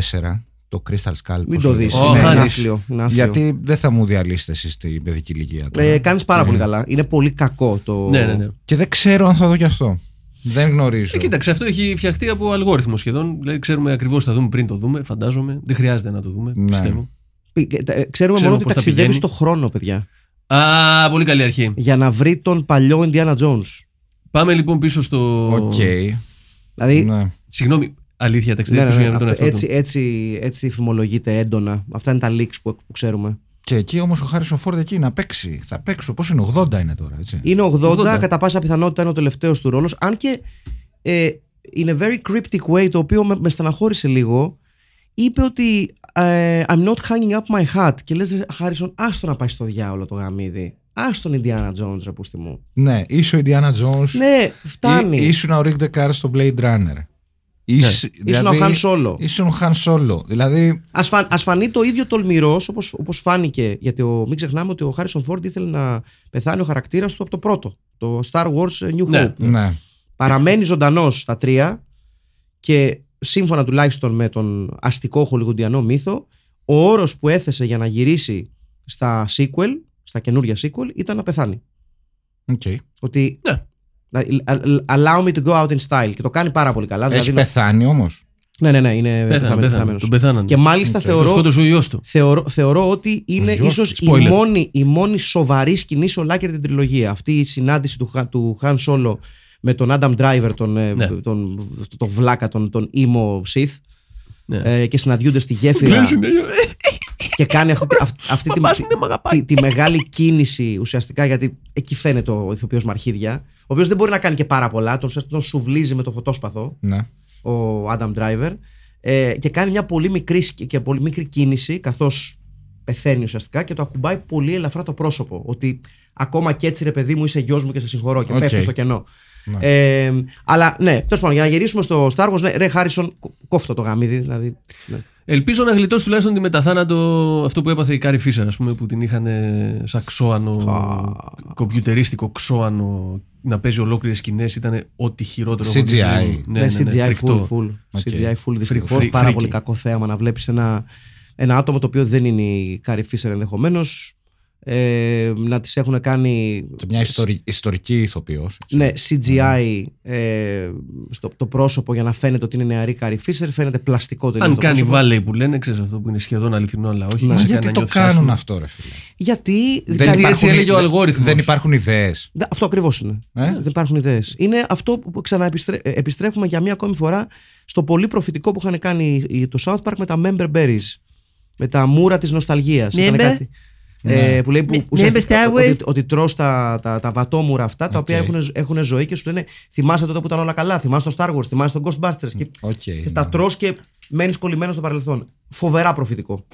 Speaker 5: το Crystal Skull.
Speaker 3: Μην
Speaker 5: πώς
Speaker 3: το
Speaker 5: λέγεται.
Speaker 3: δεις.
Speaker 4: Ω,
Speaker 3: είναι
Speaker 4: χάνεις.
Speaker 3: άθλιο. είναι άθλιο.
Speaker 5: ναι. Γιατί δεν θα μου διαλύσετε εσεί την παιδική ηλικία. τώρα.
Speaker 3: Ε, Κάνεις πάρα πολύ
Speaker 5: Ναι.
Speaker 3: καλά. Είναι πολύ κακό το.
Speaker 4: Ναι, ναι, ναι.
Speaker 5: Και δεν ξέρω αν θα δω κι αυτό. Δεν γνωρίζω.
Speaker 4: Ε, κοίταξε, αυτό έχει φτιαχτεί από αλγόριθμο σχεδόν. Δηλαδή, ξέρουμε ακριβώς τι θα δούμε πριν το δούμε, φαντάζομαι. Δεν χρειάζεται να το δούμε,
Speaker 5: Ναι.
Speaker 4: πιστεύω.
Speaker 3: Πι- ε, τα- ε, Ξέρουμε
Speaker 4: Ξέρουμε
Speaker 3: μόνο ότι
Speaker 4: πώς θα
Speaker 3: ταξιδεύει
Speaker 4: πηγαίνει.
Speaker 3: στο χρόνο, παιδιά.
Speaker 4: Α, πολύ καλή αρχή.
Speaker 3: Για να βρει τον παλιό Indiana Jones.
Speaker 4: Πάμε λοιπόν πίσω στο.
Speaker 5: Οκ.
Speaker 3: Δηλαδή.
Speaker 5: Ναι.
Speaker 4: Συγγνώμη, αλήθεια, ταξιδεύει
Speaker 3: ναι, ναι,
Speaker 4: πίσω
Speaker 3: ναι,
Speaker 4: για να μην τον
Speaker 3: αυτό-
Speaker 4: εαυτό
Speaker 3: έτσι,
Speaker 4: του.
Speaker 3: έτσι, έτσι φημολογείται έντονα. Αυτά είναι τα leaks που, που ξέρουμε.
Speaker 5: Και εκεί όμως ο Χάρισον Φόρντ εκεί να παίξει. Θα παίξω. Πώς είναι, 80 είναι τώρα, έτσι.
Speaker 3: Είναι 80,
Speaker 4: 80.
Speaker 3: κατά πάσα πιθανότητα είναι ο τελευταίος του ρόλος. Αν και ε, in a very cryptic way, το οποίο με, με στεναχώρησε λίγο, είπε ότι ε, I'm not hanging up my hat. Και λες, Χάρισον, άστο να πάει στο διάολο το γαμίδι. Άστον Ιντιάνα Τζόντ, ρε πούστη μου.
Speaker 5: Ναι, είσαι ο Ιντιάνα Τζόουν.
Speaker 3: Ναι, φτάνει.
Speaker 4: Ε,
Speaker 5: Ή, ήσουν ο Ρικ Ντεκάρ στο Blade Runner. Ήσ,
Speaker 3: Ναι. Ήσουν
Speaker 4: δηλαδή,
Speaker 3: ο Χαν Σόλο.
Speaker 5: Ήσουν ο Han Solo. Δηλαδή,
Speaker 3: Ας, φαν- ας φανεί το ίδιο τολμηρός όπως, όπως φάνηκε. Γιατί ο, μην ξεχνάμε ότι ο Χάρισον Φόρντ ήθελε να πεθάνει ο χαρακτήρας του από το πρώτο. Το Star Wars ε, New Hope.
Speaker 4: Ναι.
Speaker 5: ναι.
Speaker 3: παραμένει ζωντανός στα τρία και σύμφωνα τουλάχιστον με τον αστικό χολιγοντιανό μύθο, ο όρος που έθεσε για να γυρίσει στα sequel, στα καινούργια sequel, ήταν να πεθάνει.
Speaker 5: Οκ.
Speaker 3: Ότι.
Speaker 4: Ναι.
Speaker 3: δηλαδή, Allow me to go out in style. Και το κάνει πάρα πολύ καλά.
Speaker 5: Έχει
Speaker 3: δηλαδή,
Speaker 5: πεθάνει όμως.
Speaker 3: ναι, ναι, ναι, είναι
Speaker 4: Πέθανε,
Speaker 3: πεθαμένο-
Speaker 4: πέθανε.
Speaker 3: πεθαμένος.
Speaker 4: Τον πεθάνανε.
Speaker 3: Και μάλιστα
Speaker 5: Οκ.
Speaker 4: Τον
Speaker 3: θεωρώ,
Speaker 4: σκότωσε ο ιό του.
Speaker 3: θεωρώ, θεωρώ ότι είναι
Speaker 5: Γιος
Speaker 3: ίσως
Speaker 4: του. Spoiler.
Speaker 3: η μόνη, η μόνη σοβαρή σκηνή σε ολάκερη την τριλογία. Αυτή η συνάντηση του, Χα- του Han Solo με τον Adam Driver, τον, ε,
Speaker 4: Ναι.
Speaker 3: τον, τον, τον βλάκα, τον, τον emo Sith,
Speaker 4: Ναι.
Speaker 3: ε, και συναντιούνται στη γέφυρα και κάνει αυτή, αυ-
Speaker 4: (laughs)
Speaker 3: αυτή τη,
Speaker 4: Παπάς μου δεν ναι, μ' αγαπάει.
Speaker 3: τη- τη μεγάλη κίνηση ουσιαστικά γιατί εκεί φαίνεται ο ηθοποιός Μαρχίδια ο οποίος δεν μπορεί να κάνει και πάρα πολλά τον, τον σουβλίζει με το φωτόσπαθο
Speaker 5: Ναι.
Speaker 3: ο Adam Driver ε, και κάνει μια πολύ μικρή, σκ- και πολύ μικρή κίνηση καθώς πεθαίνει ουσιαστικά και το ακουμπάει πολύ ελαφρά το πρόσωπο ότι ακόμα και έτσι ρε παιδί μου είσαι γιος μου και σε συγχωρώ και
Speaker 5: Οκ.
Speaker 3: πέφτω στο κενό
Speaker 5: Ναι.
Speaker 3: Ε, αλλά ναι, τέλος πάντων, για να γυρίσουμε στο Star Wars, ναι, ρε Χάρισον, κο- κόφτω το γαμίδι. Δηλαδή, ναι.
Speaker 4: Ελπίζω να γλιτώσει τουλάχιστον τη μεταθάνατο αυτό που έπαθε η Κάρι Φίσερ, ας πούμε, που την είχαν ε, σαν ξόανο, κομπιουτερίστικο ξόανο να παίζει ολόκληρες σκηνές. Ήταν ό,τι χειρότερο. έχω δει.
Speaker 5: CGI.
Speaker 4: Ναι,
Speaker 3: Ναι,
Speaker 4: ναι, ναι,
Speaker 3: CGI full,
Speaker 4: φρικτό.
Speaker 3: full.
Speaker 5: Οκ.
Speaker 3: CGI full δυστυχώ.
Speaker 4: free-
Speaker 3: πάρα
Speaker 4: freaky.
Speaker 3: πολύ κακό θέαμα να βλέπεις ένα, ένα άτομο το οποίο δεν είναι η Κάρι Φίσερ ενδεχομένως. Ε, να τις έχουν κάνει
Speaker 5: Σε Μια ιστορι- ιστορική ηθοποιός.
Speaker 3: ναι, CGI ε, στο το πρόσωπο για να φαίνεται ότι είναι νεαρή Κάρι Φίσερ. Φαίνεται πλαστικό τελείως
Speaker 4: Αν
Speaker 3: το
Speaker 4: κάνει
Speaker 3: πρόσωπο.
Speaker 4: βάλεϊ που λένε, ξέρεις αυτό που είναι σχεδόν αληθινό, αλλά όχι.
Speaker 3: Ναι.
Speaker 4: σε κάνει
Speaker 5: Ε, Γιατί
Speaker 4: να
Speaker 5: το
Speaker 4: νιώθεις
Speaker 5: κάνουν
Speaker 4: άσχημα.
Speaker 5: αυτό, ρε φίλε.
Speaker 3: Γιατί.
Speaker 5: Δεν
Speaker 3: γιατί-
Speaker 5: υπάρχουν-
Speaker 4: έλεγε ο
Speaker 5: δεν-
Speaker 4: αλγόριθμος.
Speaker 5: Δεν υπάρχουν ιδέες.
Speaker 3: Δε- Αυτό ακριβώς είναι.
Speaker 5: Ε?
Speaker 3: Δεν υπάρχουν ιδέες. Είναι αυτό που ξαναεπιστρέφουμε για μία ακόμη φορά στο πολύ προφητικό που είχαν κάνει οι- το South Park με τα Member Berries. Με τα μούρα της νοσταλγίας.
Speaker 6: Member?
Speaker 5: Ναι.
Speaker 3: Ε, που λέει που,
Speaker 6: Me-
Speaker 3: ουσιαστικά
Speaker 6: Member Star Wars?
Speaker 3: ότι, ότι τρως τα, τα, τα βατόμουρα αυτά τα οποία
Speaker 5: Οκ.
Speaker 3: έχουν, έχουν ζωή και σου λένε θυμάσαι τότε που ήταν όλα καλά, θυμάσαι το Star Wars, θυμάσαι το Ghostbusters και,
Speaker 5: Οκ. ναι,
Speaker 3: και τα τρως και μένεις κολλημένος στο παρελθόν. Φοβερά προφητικό.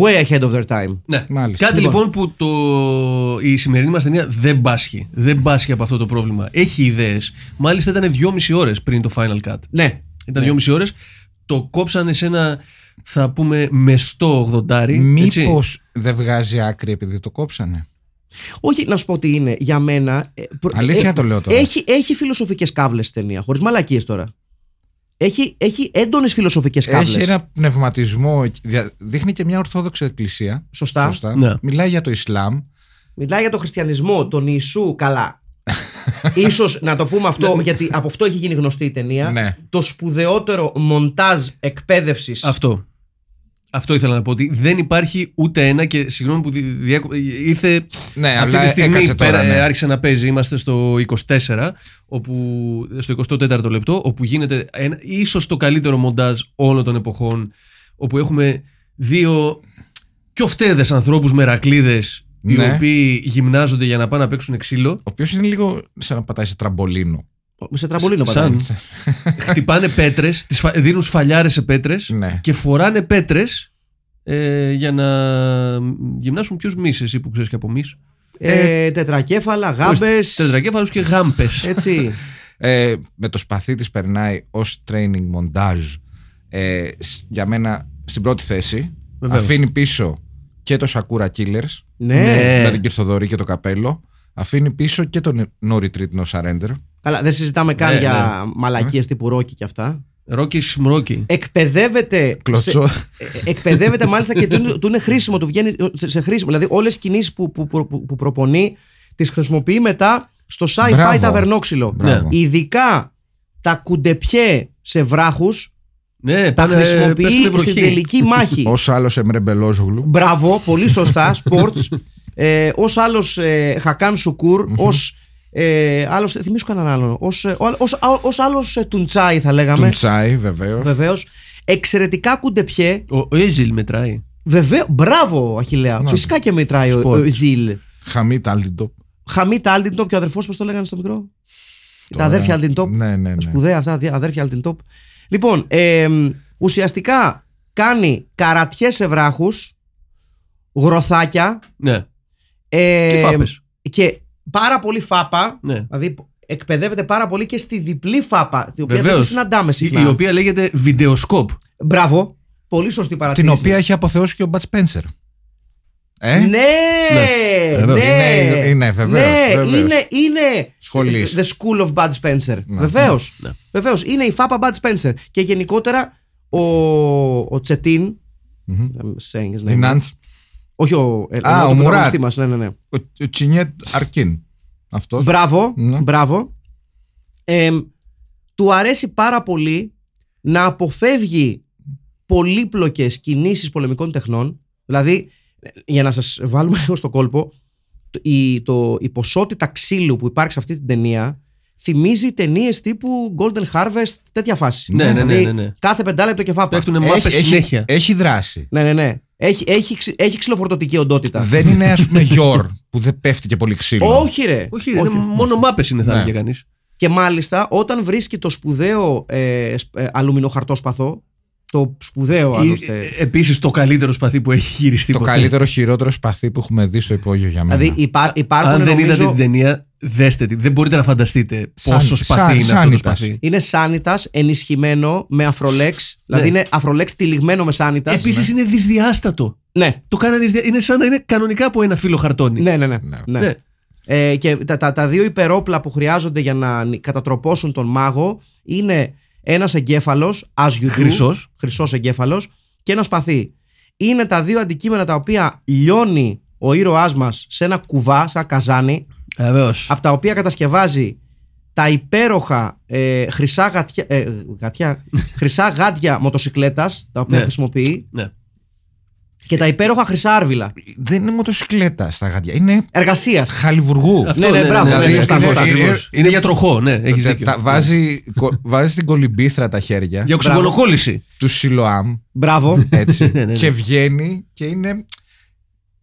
Speaker 3: Way ahead of their time.
Speaker 4: Ναι.
Speaker 5: Μάλιστα.
Speaker 4: Κάτι λοιπόν, που το... η σημερινή μας ταινία δεν πάσχει. Δεν πάσχει από αυτό το πρόβλημα. Έχει ιδέες. Μάλιστα ήταν 2,5 ώρες πριν το Final Cut.
Speaker 3: Ναι.
Speaker 4: Ήταν 2,5 ώρες. Το κόψανε σε ένα, θα πούμε, μεστό 80.
Speaker 5: Μήπως δεν βγάζει άκρη επειδή το κόψανε.
Speaker 3: Όχι, να σου πω τι είναι. Για μένα. ε, προ-
Speaker 5: Αλήθεια
Speaker 3: ε,
Speaker 5: το λέω τώρα.
Speaker 3: Έχει, έχει φιλοσοφικές κάβλες ταινία, χωρίς μαλακίες τώρα. Έχει, έχει έντονες φιλοσοφικές κάβλε.
Speaker 5: Έχει ένα πνευματισμό. δια- Δείχνει και μια ορθόδοξη εκκλησία.
Speaker 3: Σωστά.
Speaker 4: Ναι.
Speaker 5: Μιλάει για το Ισλάμ.
Speaker 3: Μιλάει για τον χριστιανισμό, τον Ιησού,
Speaker 5: (laughs)
Speaker 3: καλά. Ίσως να το πούμε αυτό, γιατί από αυτό έχει γίνει γνωστή η ταινία.
Speaker 5: Ναι.
Speaker 3: Το σπουδαιότερο μοντάζ εκπαίδευσης.
Speaker 4: Αυτό. Αυτό ήθελα να πω ότι δεν υπάρχει ούτε ένα και συγγνώμη που δι- διέκο- ήρθε
Speaker 5: Ναι,
Speaker 4: αυτή
Speaker 5: αλλά
Speaker 4: τη στιγμή
Speaker 5: έκατσε τώρα,
Speaker 4: πέρα-
Speaker 5: ναι.
Speaker 4: ε, άρχισε να παίζει. Είμαστε στο 24, όπου, στο 24ο λεπτό, όπου γίνεται ένα, ίσως το καλύτερο μοντάζ όλων των εποχών, όπου έχουμε δύο κιοφτέδες ανθρώπους με ρακλίδες, οι
Speaker 5: Ναι.
Speaker 4: οποίοι γυμνάζονται για να πάνε να παίξουν ξύλο,
Speaker 5: Ο οποίος είναι λίγο σαν να πατάει σε τραμπολίνο.
Speaker 3: Σε τραμπολίνο
Speaker 4: Σαν-
Speaker 3: πατάει.
Speaker 4: χτυπάνε πέτρες, τις φα- δίνουν σφαλιάρες σε πέτρες
Speaker 5: Ναι.
Speaker 4: και φοράνε πέτρες ε, για να γυμνάσουν ποιους μυς εσύ που ξέρεις και από μυς.
Speaker 3: Ε, τετρακέφαλα, γάμπε.
Speaker 4: Ορίστε, Τετρακέφαλους και γάμπες. (laughs)
Speaker 3: Έτσι.
Speaker 5: Ε, με το σπαθί της περνάει ως training μοντάζ ε, σ- για μένα στην πρώτη θέση
Speaker 4: Βεβαίως.
Speaker 5: αφήνει πίσω και το Sakura Killers
Speaker 3: ναι.
Speaker 4: Ναι.
Speaker 5: δηλαδή και το Θοδωρή και το καπέλο αφήνει πίσω και το No Retreat No Surrender
Speaker 3: Καλά, δεν συζητάμε καν
Speaker 4: Ναι,
Speaker 3: για μαλακίες τύπου Ρόκι και αυτά.
Speaker 4: Ρόκι Σμρόκι.
Speaker 3: Εκπαιδεύεται.
Speaker 5: Κλωτσό.
Speaker 3: σε- ε, εκπαιδεύεται μάλιστα και του, είναι- του είναι χρήσιμο, του βγαίνει σε- σε χρήσιμο. Δηλαδή, όλες τις κινήσεις που, που, που, που προπονεί τις χρησιμοποιεί μετά στο sci-fi
Speaker 5: Μπράβο.
Speaker 3: ταβερνόξυλο.
Speaker 5: Μπράβο.
Speaker 4: Ναι.
Speaker 3: Ειδικά τα κουντεπιέ σε βράχους
Speaker 4: Ναι,
Speaker 3: τα
Speaker 4: πάνε- πέφτουνε
Speaker 3: χρησιμοποιεί στην
Speaker 4: βροχή.
Speaker 3: τελική
Speaker 5: (laughs)
Speaker 3: μάχη.
Speaker 5: Ως άλλος Εμρεμπελόζογλου.
Speaker 3: Μπράβο, πολύ
Speaker 5: (laughs)
Speaker 3: σωστά, sports. ε, ως άλλος ε, Χακάν Σουκούρ, ως ε, άλλος, θυμίσω κανέναν άλλον, ως, ε, ο- ως, α- ως άλλος ε, Τουντσάι θα λέγαμε,
Speaker 5: Τον τσάι, βεβαίως.
Speaker 3: βεβαίως. Εξαιρετικά κουντεπιέ,
Speaker 4: Ο Έζιλ μετράει.
Speaker 3: βεβαίω, μπράβο Αχιλέα,
Speaker 5: Να.
Speaker 3: φυσικά και μετράει ο,
Speaker 4: Sports.
Speaker 3: ο Ζιλ.
Speaker 5: Χαμίτ Αλτιντόπ.
Speaker 3: Χαμίτ Άλτιντοπ και ο αδερφός, πώς το λέγανε στο μικρό, τα
Speaker 5: Τώρα-
Speaker 3: αδέρφια Άλτιντοπ.
Speaker 5: Ναι, ναι, ναι.
Speaker 3: Σπουδαία αυτά, αδε- αδέρφια Altintop. Λοιπόν, ε, μ, ουσιαστικά κάνει καρατιές σε βράχους, γροθάκια,
Speaker 4: Ναι.
Speaker 3: ε,
Speaker 4: Και φάπες.
Speaker 3: και πάρα πολύ φάπα.
Speaker 4: Ναι.
Speaker 3: Δηλαδή εκπαιδεύεται πάρα πολύ και στη διπλή φάπα, την οποία δεν τη
Speaker 4: Βεβαίως.
Speaker 3: συναντάμε
Speaker 4: Η,
Speaker 3: συχνά.
Speaker 4: η οποία λέγεται βιντεοσκόπ.
Speaker 3: Μπράβο. Πολύ σωστή
Speaker 5: Την
Speaker 3: παρατήρηση.
Speaker 5: οποία έχει αποθεώσει και ο Μπατ Σπένσερ. Ε,
Speaker 3: Ναι! Ναι!
Speaker 4: βεβαίως.
Speaker 5: Είναι- είναι, βεβαίως,
Speaker 3: Ναι,
Speaker 5: βεβαίως.
Speaker 3: είναι. είναι
Speaker 5: Σχολής.
Speaker 3: The school of Bud Spencer.
Speaker 5: Ναι.
Speaker 3: Βεβαίως.
Speaker 4: Ναι.
Speaker 3: Βεβαίως. Είναι η φάπα Bud Spencer. Και γενικότερα ο, ο Τσετίν.
Speaker 5: Μμμ.
Speaker 3: I'm saying his name.
Speaker 5: Η Νάντς.
Speaker 3: Όχι ο. ε,
Speaker 5: Α, ο
Speaker 3: πρωταγωνιστή
Speaker 5: Μουράτ.
Speaker 3: μας, Ναι, ναι, ναι.
Speaker 5: Ο- Ο Τσινιέτ Αρκίν. Αυτός.
Speaker 3: Μπράβο,
Speaker 5: Ναι.
Speaker 3: μπράβο. Ε, του αρέσει πάρα πολύ να αποφεύγει πολύπλοκες κινήσεις πολεμικών τεχνών. Δηλαδή, ε, για να σας βάλουμε λίγο στο κόλπο, το- η, το, η ποσότητα ξύλου που υπάρχει σε αυτή την ταινία θυμίζει ταινίες τύπου Golden Harvest, τέτοια φάση.
Speaker 4: Ναι, ναι, ναι,
Speaker 3: Δηλαδή,
Speaker 4: ναι, ναι.
Speaker 3: Κάθε πεντάλεπτο και φάπα.
Speaker 4: Πέφτουνε μάπες
Speaker 3: Ε,
Speaker 4: συνέχεια.
Speaker 5: έχει δράση.
Speaker 3: Ναι, ναι, ναι. Έχει, έχει, ξυ- έχει ξυλοφορτωτική οντότητα.
Speaker 5: Δεν είναι, ας πούμε, γιορ που δεν πέφτει και πολύ ξύλο.
Speaker 3: Όχι, ρε.
Speaker 4: Όχι, είναι μόνο μάπες είναι θα
Speaker 5: Ναι.
Speaker 4: έλεγε κανείς.
Speaker 3: Και μάλιστα όταν βρίσκει το σπουδαίο ε, σ- ε, αλουμινοχαρτόσπαθο, το
Speaker 4: Ε,
Speaker 3: σπουδαίο άλλωστε.
Speaker 4: Επίσης το καλύτερο σπαθί που έχει γυριστεί
Speaker 5: Το
Speaker 4: ποτέ.
Speaker 5: καλύτερο χειρότερο σπαθί που έχουμε δει στο υπόγειο για μένα.
Speaker 4: ε,
Speaker 3: Δηλαδή υπά, υπάρχουν
Speaker 4: Αν δεν
Speaker 3: νομίζω,
Speaker 4: είδατε την ταινία, δέστε τη. Δεν μπορείτε να φανταστείτε
Speaker 5: Σαν-
Speaker 4: πόσο
Speaker 5: σαν-
Speaker 4: σπαθί είναι
Speaker 5: σαν
Speaker 4: αυτό το
Speaker 5: ήταν.
Speaker 4: σπαθί.
Speaker 3: είναι σάνιτας ενισχυμένο με αφρολέξ. Δηλαδή
Speaker 4: Ναι.
Speaker 3: είναι αφρολέξ τυλιγμένο με σάνιτας.
Speaker 4: Επίσης είναι δυσδιάστατο.
Speaker 3: Ναι.
Speaker 4: Το κάνανε δυσδια... Είναι σαν να είναι κανονικά από ένα φύλλο χαρτόνι.
Speaker 3: Ναι, ναι, ναι.
Speaker 5: Ναι.
Speaker 3: ναι.
Speaker 4: Ναι.
Speaker 3: Ε, και τα, τα, τα δύο υπερόπλα που χρειάζονται για να νι- κατατροπώσουν τον μάγο είναι ένας εγκέφαλος, as you do,
Speaker 4: Χρυσός.
Speaker 3: χρυσός εγκέφαλος και ένα σπαθί. Είναι τα δύο αντικείμενα τα οποία λιώνει ο ήρωάς μας σε ένα κουβά, σαν καζάνι,
Speaker 4: Βεβαίως.
Speaker 3: από τα οποία κατασκευάζει τα υπέροχα ε, χρυσά, γατια, ε,
Speaker 4: (laughs)
Speaker 3: γατιά, χρυσά γάτια μοτοσικλέτας, τα οποία
Speaker 4: Ναι.
Speaker 3: χρησιμοποιεί,
Speaker 4: Ναι.
Speaker 3: και τα υπέροχα χρυσά άρβιλα.
Speaker 5: Δεν είναι μοτοσυκλέτα στα γάντια. Είναι
Speaker 3: Εργασίας.
Speaker 5: χαλιβουργού.
Speaker 4: Αυτό
Speaker 3: ναι, μπράβο, ναι,
Speaker 5: σωστά,
Speaker 4: είναι,
Speaker 5: σωστά,
Speaker 4: είναι,
Speaker 5: ακριβώς.
Speaker 4: είναι για τροχό, ναι, έχεις
Speaker 5: Τα-
Speaker 4: δίκιο.
Speaker 5: τα- Βάζει,
Speaker 3: Ναι.
Speaker 5: κο- βάζει στην κολυμπήθρα τα χέρια
Speaker 4: Ναι. Για οξυγονοκόλληση.
Speaker 5: του Σιλοάμ
Speaker 4: (laughs)
Speaker 3: Μπράβο.
Speaker 5: έτσι,
Speaker 4: Ναι, ναι, ναι.
Speaker 5: και βγαίνει και είναι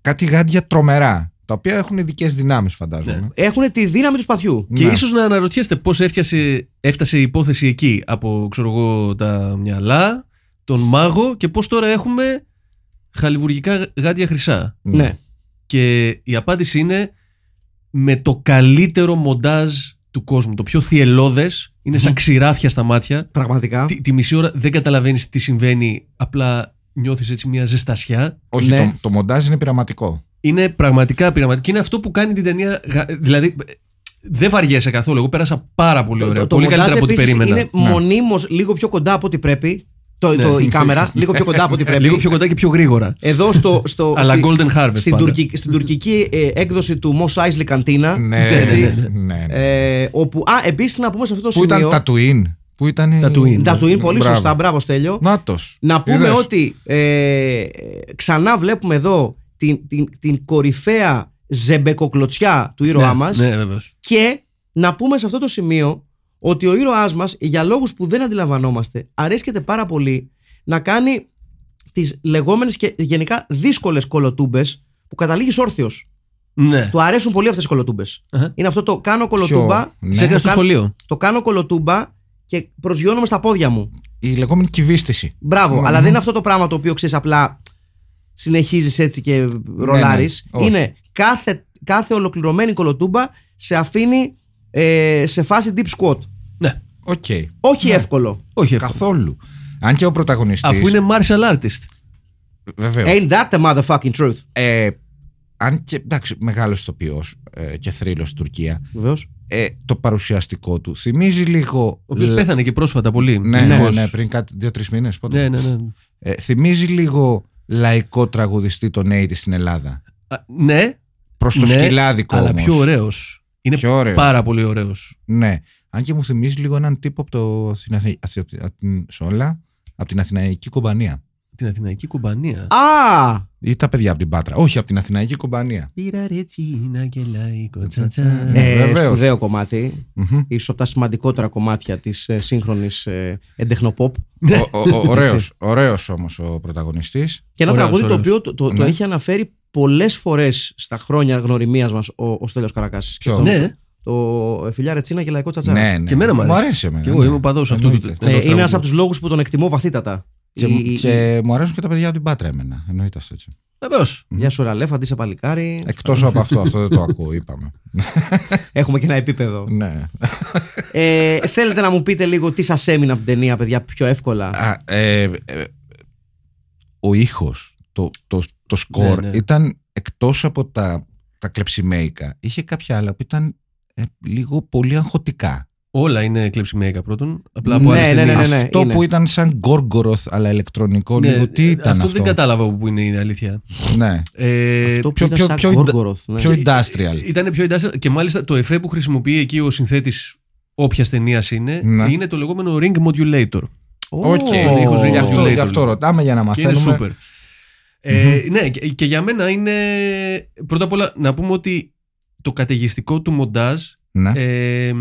Speaker 5: κάτι γάντια τρομερά τα οποία έχουν ειδικές δυνάμεις φαντάζομαι.
Speaker 3: Έχουν τη δύναμη του σπαθιού.
Speaker 4: Και
Speaker 5: Ναι.
Speaker 4: ίσως να αναρωτιέστε πώς έφτασε, έφτασε η υπόθεση εκεί από ξέρω εγώ, τα μυαλά, τον μάγο και πώς τώρα έχουμε χαλιβουργικά γάντια χρυσά.
Speaker 3: Ναι.
Speaker 4: Και η απάντηση είναι με το καλύτερο μοντάζ του κόσμου. Το πιο θυελώδες, είναι σαν ξηράφια στα μάτια.
Speaker 3: Πραγματικά.
Speaker 4: Τη, τη μισή ώρα δεν καταλαβαίνεις τι συμβαίνει, απλά νιώθεις έτσι μια ζεστασιά.
Speaker 5: Όχι,
Speaker 3: Ναι.
Speaker 5: Το, το μοντάζ είναι πειραματικό.
Speaker 4: Είναι πραγματικά πειραματική. Και είναι αυτό που κάνει την ταινία. γα- Δηλαδή, ε, δεν βαριέσαι καθόλου. Εγώ πέρασα πάρα πολύ ωραία. πολύ
Speaker 3: Ε, μοντάζ
Speaker 4: καλύτερα από ό,τι
Speaker 3: επίσης
Speaker 4: περίμενα.
Speaker 3: Είναι
Speaker 5: Ναι.
Speaker 3: μονίμως λίγο πιο κοντά από ό,τι πρέπει. Το,
Speaker 4: Ναι.
Speaker 3: το, η κάμερα, λίγο πιο κοντά από ό,τι πρέπει.
Speaker 4: (laughs) Λίγο πιο κοντά και πιο γρήγορα.
Speaker 3: Εδώ στο. στο
Speaker 4: (laughs) Αλλά
Speaker 3: στη-
Speaker 4: Golden Harvest
Speaker 3: στην,
Speaker 4: πάντα.
Speaker 3: τουρκική, στην τουρκική ε, έκδοση του Mos Eisley Cantina.
Speaker 5: ναι,
Speaker 4: έτσι.
Speaker 5: ναι, ναι, ναι.
Speaker 3: Ε, όπου, α, επίσης να πούμε σε αυτό το
Speaker 5: Πού ήταν
Speaker 3: σημείο.
Speaker 5: τα Τουίν. Πού ήταν η...
Speaker 4: Τα Twin.
Speaker 3: τα του είναι πολύ
Speaker 5: Μπράβο.
Speaker 3: σωστά, μπράβο Στέλιο.
Speaker 5: Νάτος.
Speaker 3: Να πούμε
Speaker 5: Είδες.
Speaker 3: ότι ε, ε, ξανά βλέπουμε εδώ την, την, την κορυφαία ζεμπεκοκλωτσιά του ήρωά
Speaker 4: ναι,
Speaker 3: μας
Speaker 4: Ναι, βεβαίως.
Speaker 3: Και να πούμε σε αυτό το σημείο ότι ο ήρωάς μας, για λόγους που δεν αντιλαμβανόμαστε, αρέσκεται πάρα πολύ να κάνει τις λεγόμενες και γενικά δύσκολες κολοτούμπες που καταλήγεις όρθιος.
Speaker 4: Ναι.
Speaker 3: Του αρέσουν πολύ αυτές οι κολοτούμπες.
Speaker 4: Αχα.
Speaker 3: Είναι αυτό το κάνω κολοτούμπα,
Speaker 5: Ποιο?
Speaker 4: Σε
Speaker 5: Ναι.
Speaker 4: έκανα στο
Speaker 3: Καν-
Speaker 4: σχολείο.
Speaker 3: το κάνω κολοτούμπα και προσγειώνομαι στα πόδια μου.
Speaker 5: Η λεγόμενη κυβίστηση.
Speaker 3: Μπράβο,
Speaker 5: Μμμ.
Speaker 3: αλλά δεν είναι αυτό το πράγμα το οποίο ξέρεις απλά συνεχίζεις έτσι και ρολάρεις.
Speaker 5: ναι, όχι.
Speaker 3: Είναι κάθε, κάθε ολοκληρωμένη κολοτούμπα σε αφήνει ε, σε φάση deep squat.
Speaker 4: Ναι.
Speaker 5: Οκ. Ναι.
Speaker 3: Όχι εύκολο.
Speaker 4: Όχι αυτό.
Speaker 5: Καθόλου. Αν και ο πρωταγωνιστής...
Speaker 4: Αφού είναι martial artist.
Speaker 5: Βεβαίως.
Speaker 3: Ain't that the motherfucking truth.
Speaker 5: Ε, αν και εντάξει, μεγάλος ηθοποιός ε, και θρύλος Τουρκία.
Speaker 3: Βεβαίως.
Speaker 5: ε, το παρουσιαστικό του. Θυμίζει λίγο.
Speaker 4: Ο οποίος
Speaker 5: λ-
Speaker 4: πέθανε και πρόσφατα πολύ.
Speaker 5: Ναι, ναι,
Speaker 4: δυστυχώς.
Speaker 5: ναι, πριν κάτι, δύο-τρει μήνες.
Speaker 4: ναι, ναι, ναι.
Speaker 5: Ε, θυμίζει λίγο λαϊκό τραγουδιστή τον 80 στην Ελλάδα.
Speaker 4: Α, ναι,
Speaker 5: Προς το
Speaker 4: Ναι,
Speaker 5: σκυλάδικο
Speaker 4: αλλά
Speaker 5: όμως.
Speaker 4: πιο ωραίος. Είναι
Speaker 5: Πιο ωραίος.
Speaker 4: πάρα πολύ ωραίος.
Speaker 5: Ναι. Αν και μου θυμίζει λίγο έναν τύπο από, το, στην Αθη- Αθη- από την Σόλα, από την Αθηναϊκή Κομπανία.
Speaker 4: Την Αθηναϊκή Κομπανία.
Speaker 3: Α!
Speaker 5: Ή τα παιδιά από την Πάτρα. Όχι, από την Αθηναϊκή Κομπανία.
Speaker 4: Πήρα ρετσίνα και λαϊκό τσατσά.
Speaker 5: Ε,
Speaker 3: Ε,
Speaker 5: βεβαίως.
Speaker 3: σπουδαίο κομμάτι.
Speaker 5: Μμμ.
Speaker 3: ίσως από τα σημαντικότερα κομμάτια της ε, σύγχρονης ε, εντεχνοποπ.
Speaker 4: Ναι.
Speaker 5: Ο- ο-
Speaker 4: (laughs)
Speaker 5: ο- Ωραίος, ωραίος όμως ο πρωταγωνιστής.
Speaker 3: Και ένα
Speaker 4: Ωραίος,
Speaker 3: τραγούδι
Speaker 4: ωραίος.
Speaker 3: το οποίο το, το, το
Speaker 5: Ναι.
Speaker 3: έχει αναφέρει πολλές φορές στα χρόνια γνωριμίας μας ο, ο Στέλιος Καρακάς.
Speaker 5: Ποιο?
Speaker 3: Και Το,
Speaker 4: Ναι,
Speaker 3: το ε, φιλιά Ρετσίνα και Λαϊκό Τσατσά.
Speaker 5: Ναι, ναι.
Speaker 4: Και εμένα μου αρέσει.
Speaker 5: εμένα. ναι.
Speaker 4: Και εγώ είμαι οπαδός αυτού του-
Speaker 5: Εννοείται.
Speaker 3: Ε,
Speaker 4: ενός
Speaker 3: είναι ένας
Speaker 4: τραγουδιού.
Speaker 3: από τους λόγους που τον εκτιμώ βαθύτατα.
Speaker 5: Και,
Speaker 3: Η- η-
Speaker 5: και μου αρέσουν και τα παιδιά από την Πάτρα εμένα. Εννοείται αυτό έτσι.
Speaker 4: βεβαίως.
Speaker 3: Γεια σου Ραλέφ, αντί σε παλικάρι.
Speaker 4: Ναι.
Speaker 5: Εκτός από αυτό, αυτό δεν το ακούω, είπαμε.
Speaker 3: Έχουμε και ένα επίπεδο.
Speaker 5: ναι.
Speaker 3: ε, θέλετε να μου πείτε λίγο τι σας έμεινε από την ταινία, παιδιά, πιο εύκολα.
Speaker 5: Α, ε, ε, ο ήχος, το, το, το σκορ
Speaker 4: Ναι, ναι.
Speaker 5: ήταν εκτός από τα, τα κλεψιμέικα. Είχε κάποια άλλα που ήταν ε, λίγο πολύ αγχωτικά.
Speaker 4: Όλα είναι κλεψιμέικα πρώτον. Απλά από
Speaker 3: Ναι,
Speaker 4: άλλες
Speaker 3: ναι, ναι,
Speaker 4: ταινίες.
Speaker 3: ναι, ναι.
Speaker 5: αυτό
Speaker 3: είναι.
Speaker 5: που ήταν σαν γκόργοροθ αλλά ηλεκτρονικό
Speaker 4: Ναι,
Speaker 5: λίγο, τι ήταν αυτό.
Speaker 4: Αυτό δεν κατάλαβα που είναι η αλήθεια.
Speaker 5: Ναι.
Speaker 4: Ε,
Speaker 3: το
Speaker 5: πιο-
Speaker 3: πιο,
Speaker 5: πιο-
Speaker 3: πιο,
Speaker 5: πιο-
Speaker 3: ναι.
Speaker 5: Πιο industrial.
Speaker 4: Ήταν πιο industrial και μάλιστα το εφέ που χρησιμοποιεί εκεί ο συνθέτης όποιας ταινίας είναι,
Speaker 5: Ναι.
Speaker 4: είναι το λεγόμενο ring modulator.
Speaker 5: Οκ.
Speaker 4: Ο ήχος
Speaker 5: Γι'
Speaker 4: είναι
Speaker 5: αυτό,
Speaker 4: regulator,
Speaker 5: γι' αυτό
Speaker 4: λοιπόν.
Speaker 5: ρωτάμε για να
Speaker 4: Και είναι
Speaker 5: μαθαίνουμε.
Speaker 4: super. Ε, ναι, και, και για μένα είναι. Πρώτα απ' όλα να πούμε ότι το καταιγιστικό του μοντάζ
Speaker 5: Ναι.
Speaker 4: ε,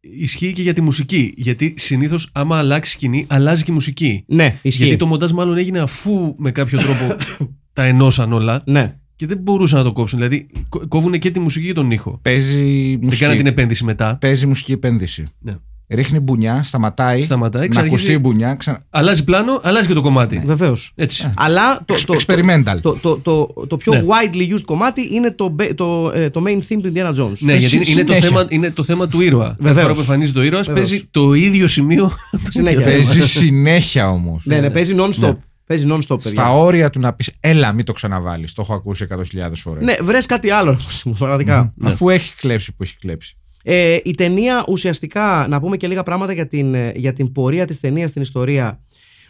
Speaker 4: ισχύει και για τη μουσική. Γιατί συνήθως άμα αλλάξει σκηνή, αλλάζει και η μουσική.
Speaker 3: Ναι, ισχύει.
Speaker 4: Γιατί το μοντάζ μάλλον έγινε αφού με κάποιο τρόπο
Speaker 5: (laughs)
Speaker 4: τα ενώσαν όλα
Speaker 3: Ναι.
Speaker 4: και δεν μπορούσαν να το κόψουν. Δηλαδή κο- κόβουν και τη μουσική και τον ήχο.
Speaker 5: Παίζει
Speaker 4: Δεν κάνανε
Speaker 5: μουσική,
Speaker 4: την επένδυση μετά.
Speaker 5: παίζει μουσική επένδυση.
Speaker 4: Ναι.
Speaker 5: Ρίχνει μπουνιά, σταματάει.
Speaker 4: Σταματάει,
Speaker 5: Ε, να ακουστεί Ε. η
Speaker 4: ξαναρχίζει.
Speaker 5: μπουνιά. Ξα...
Speaker 4: Αλλάζει πλάνο, αλλάζει και το κομμάτι.
Speaker 3: Βεβαίως.
Speaker 4: Έτσι.
Speaker 3: Αλλά το, το, το,
Speaker 5: Experimental.
Speaker 3: το, το, το, το πιο
Speaker 4: Ναι.
Speaker 3: widely used κομμάτι είναι το, μπε- το, ε, το main theme του Indiana Jones.
Speaker 4: Ναι, γιατί είναι,
Speaker 5: Συ-
Speaker 4: είναι το
Speaker 5: συνέχεια.
Speaker 4: θέμα, είναι το θέμα του ήρωα. Κάθε
Speaker 3: Βεβαίως.
Speaker 4: φορά που εμφανίζεται ο ήρωας,
Speaker 3: Βεβαίως.
Speaker 4: παίζει το ίδιο σημείο. του (laughs)
Speaker 3: Συνέχεια.
Speaker 4: ίδιου.
Speaker 5: Παίζει συνέχεια όμως.
Speaker 3: ναι, ναι, παίζει non-stop.
Speaker 4: Ναι.
Speaker 3: Παίζει non-stop, παιδιά.
Speaker 5: Στα όρια του να πεις, έλα, μην το ξαναβάλεις. Το έχω ακούσει 100.000 φορές.
Speaker 3: Ναι, βρες κάτι άλλο, ρε παιδί μου, πραγματικά.
Speaker 5: Αφού έχει κλέψει που έχει κλέψει.
Speaker 3: Ε, η ταινία ουσιαστικά, να πούμε και λίγα πράγματα για την, ε, για την πορεία της ταινίας στην ιστορία.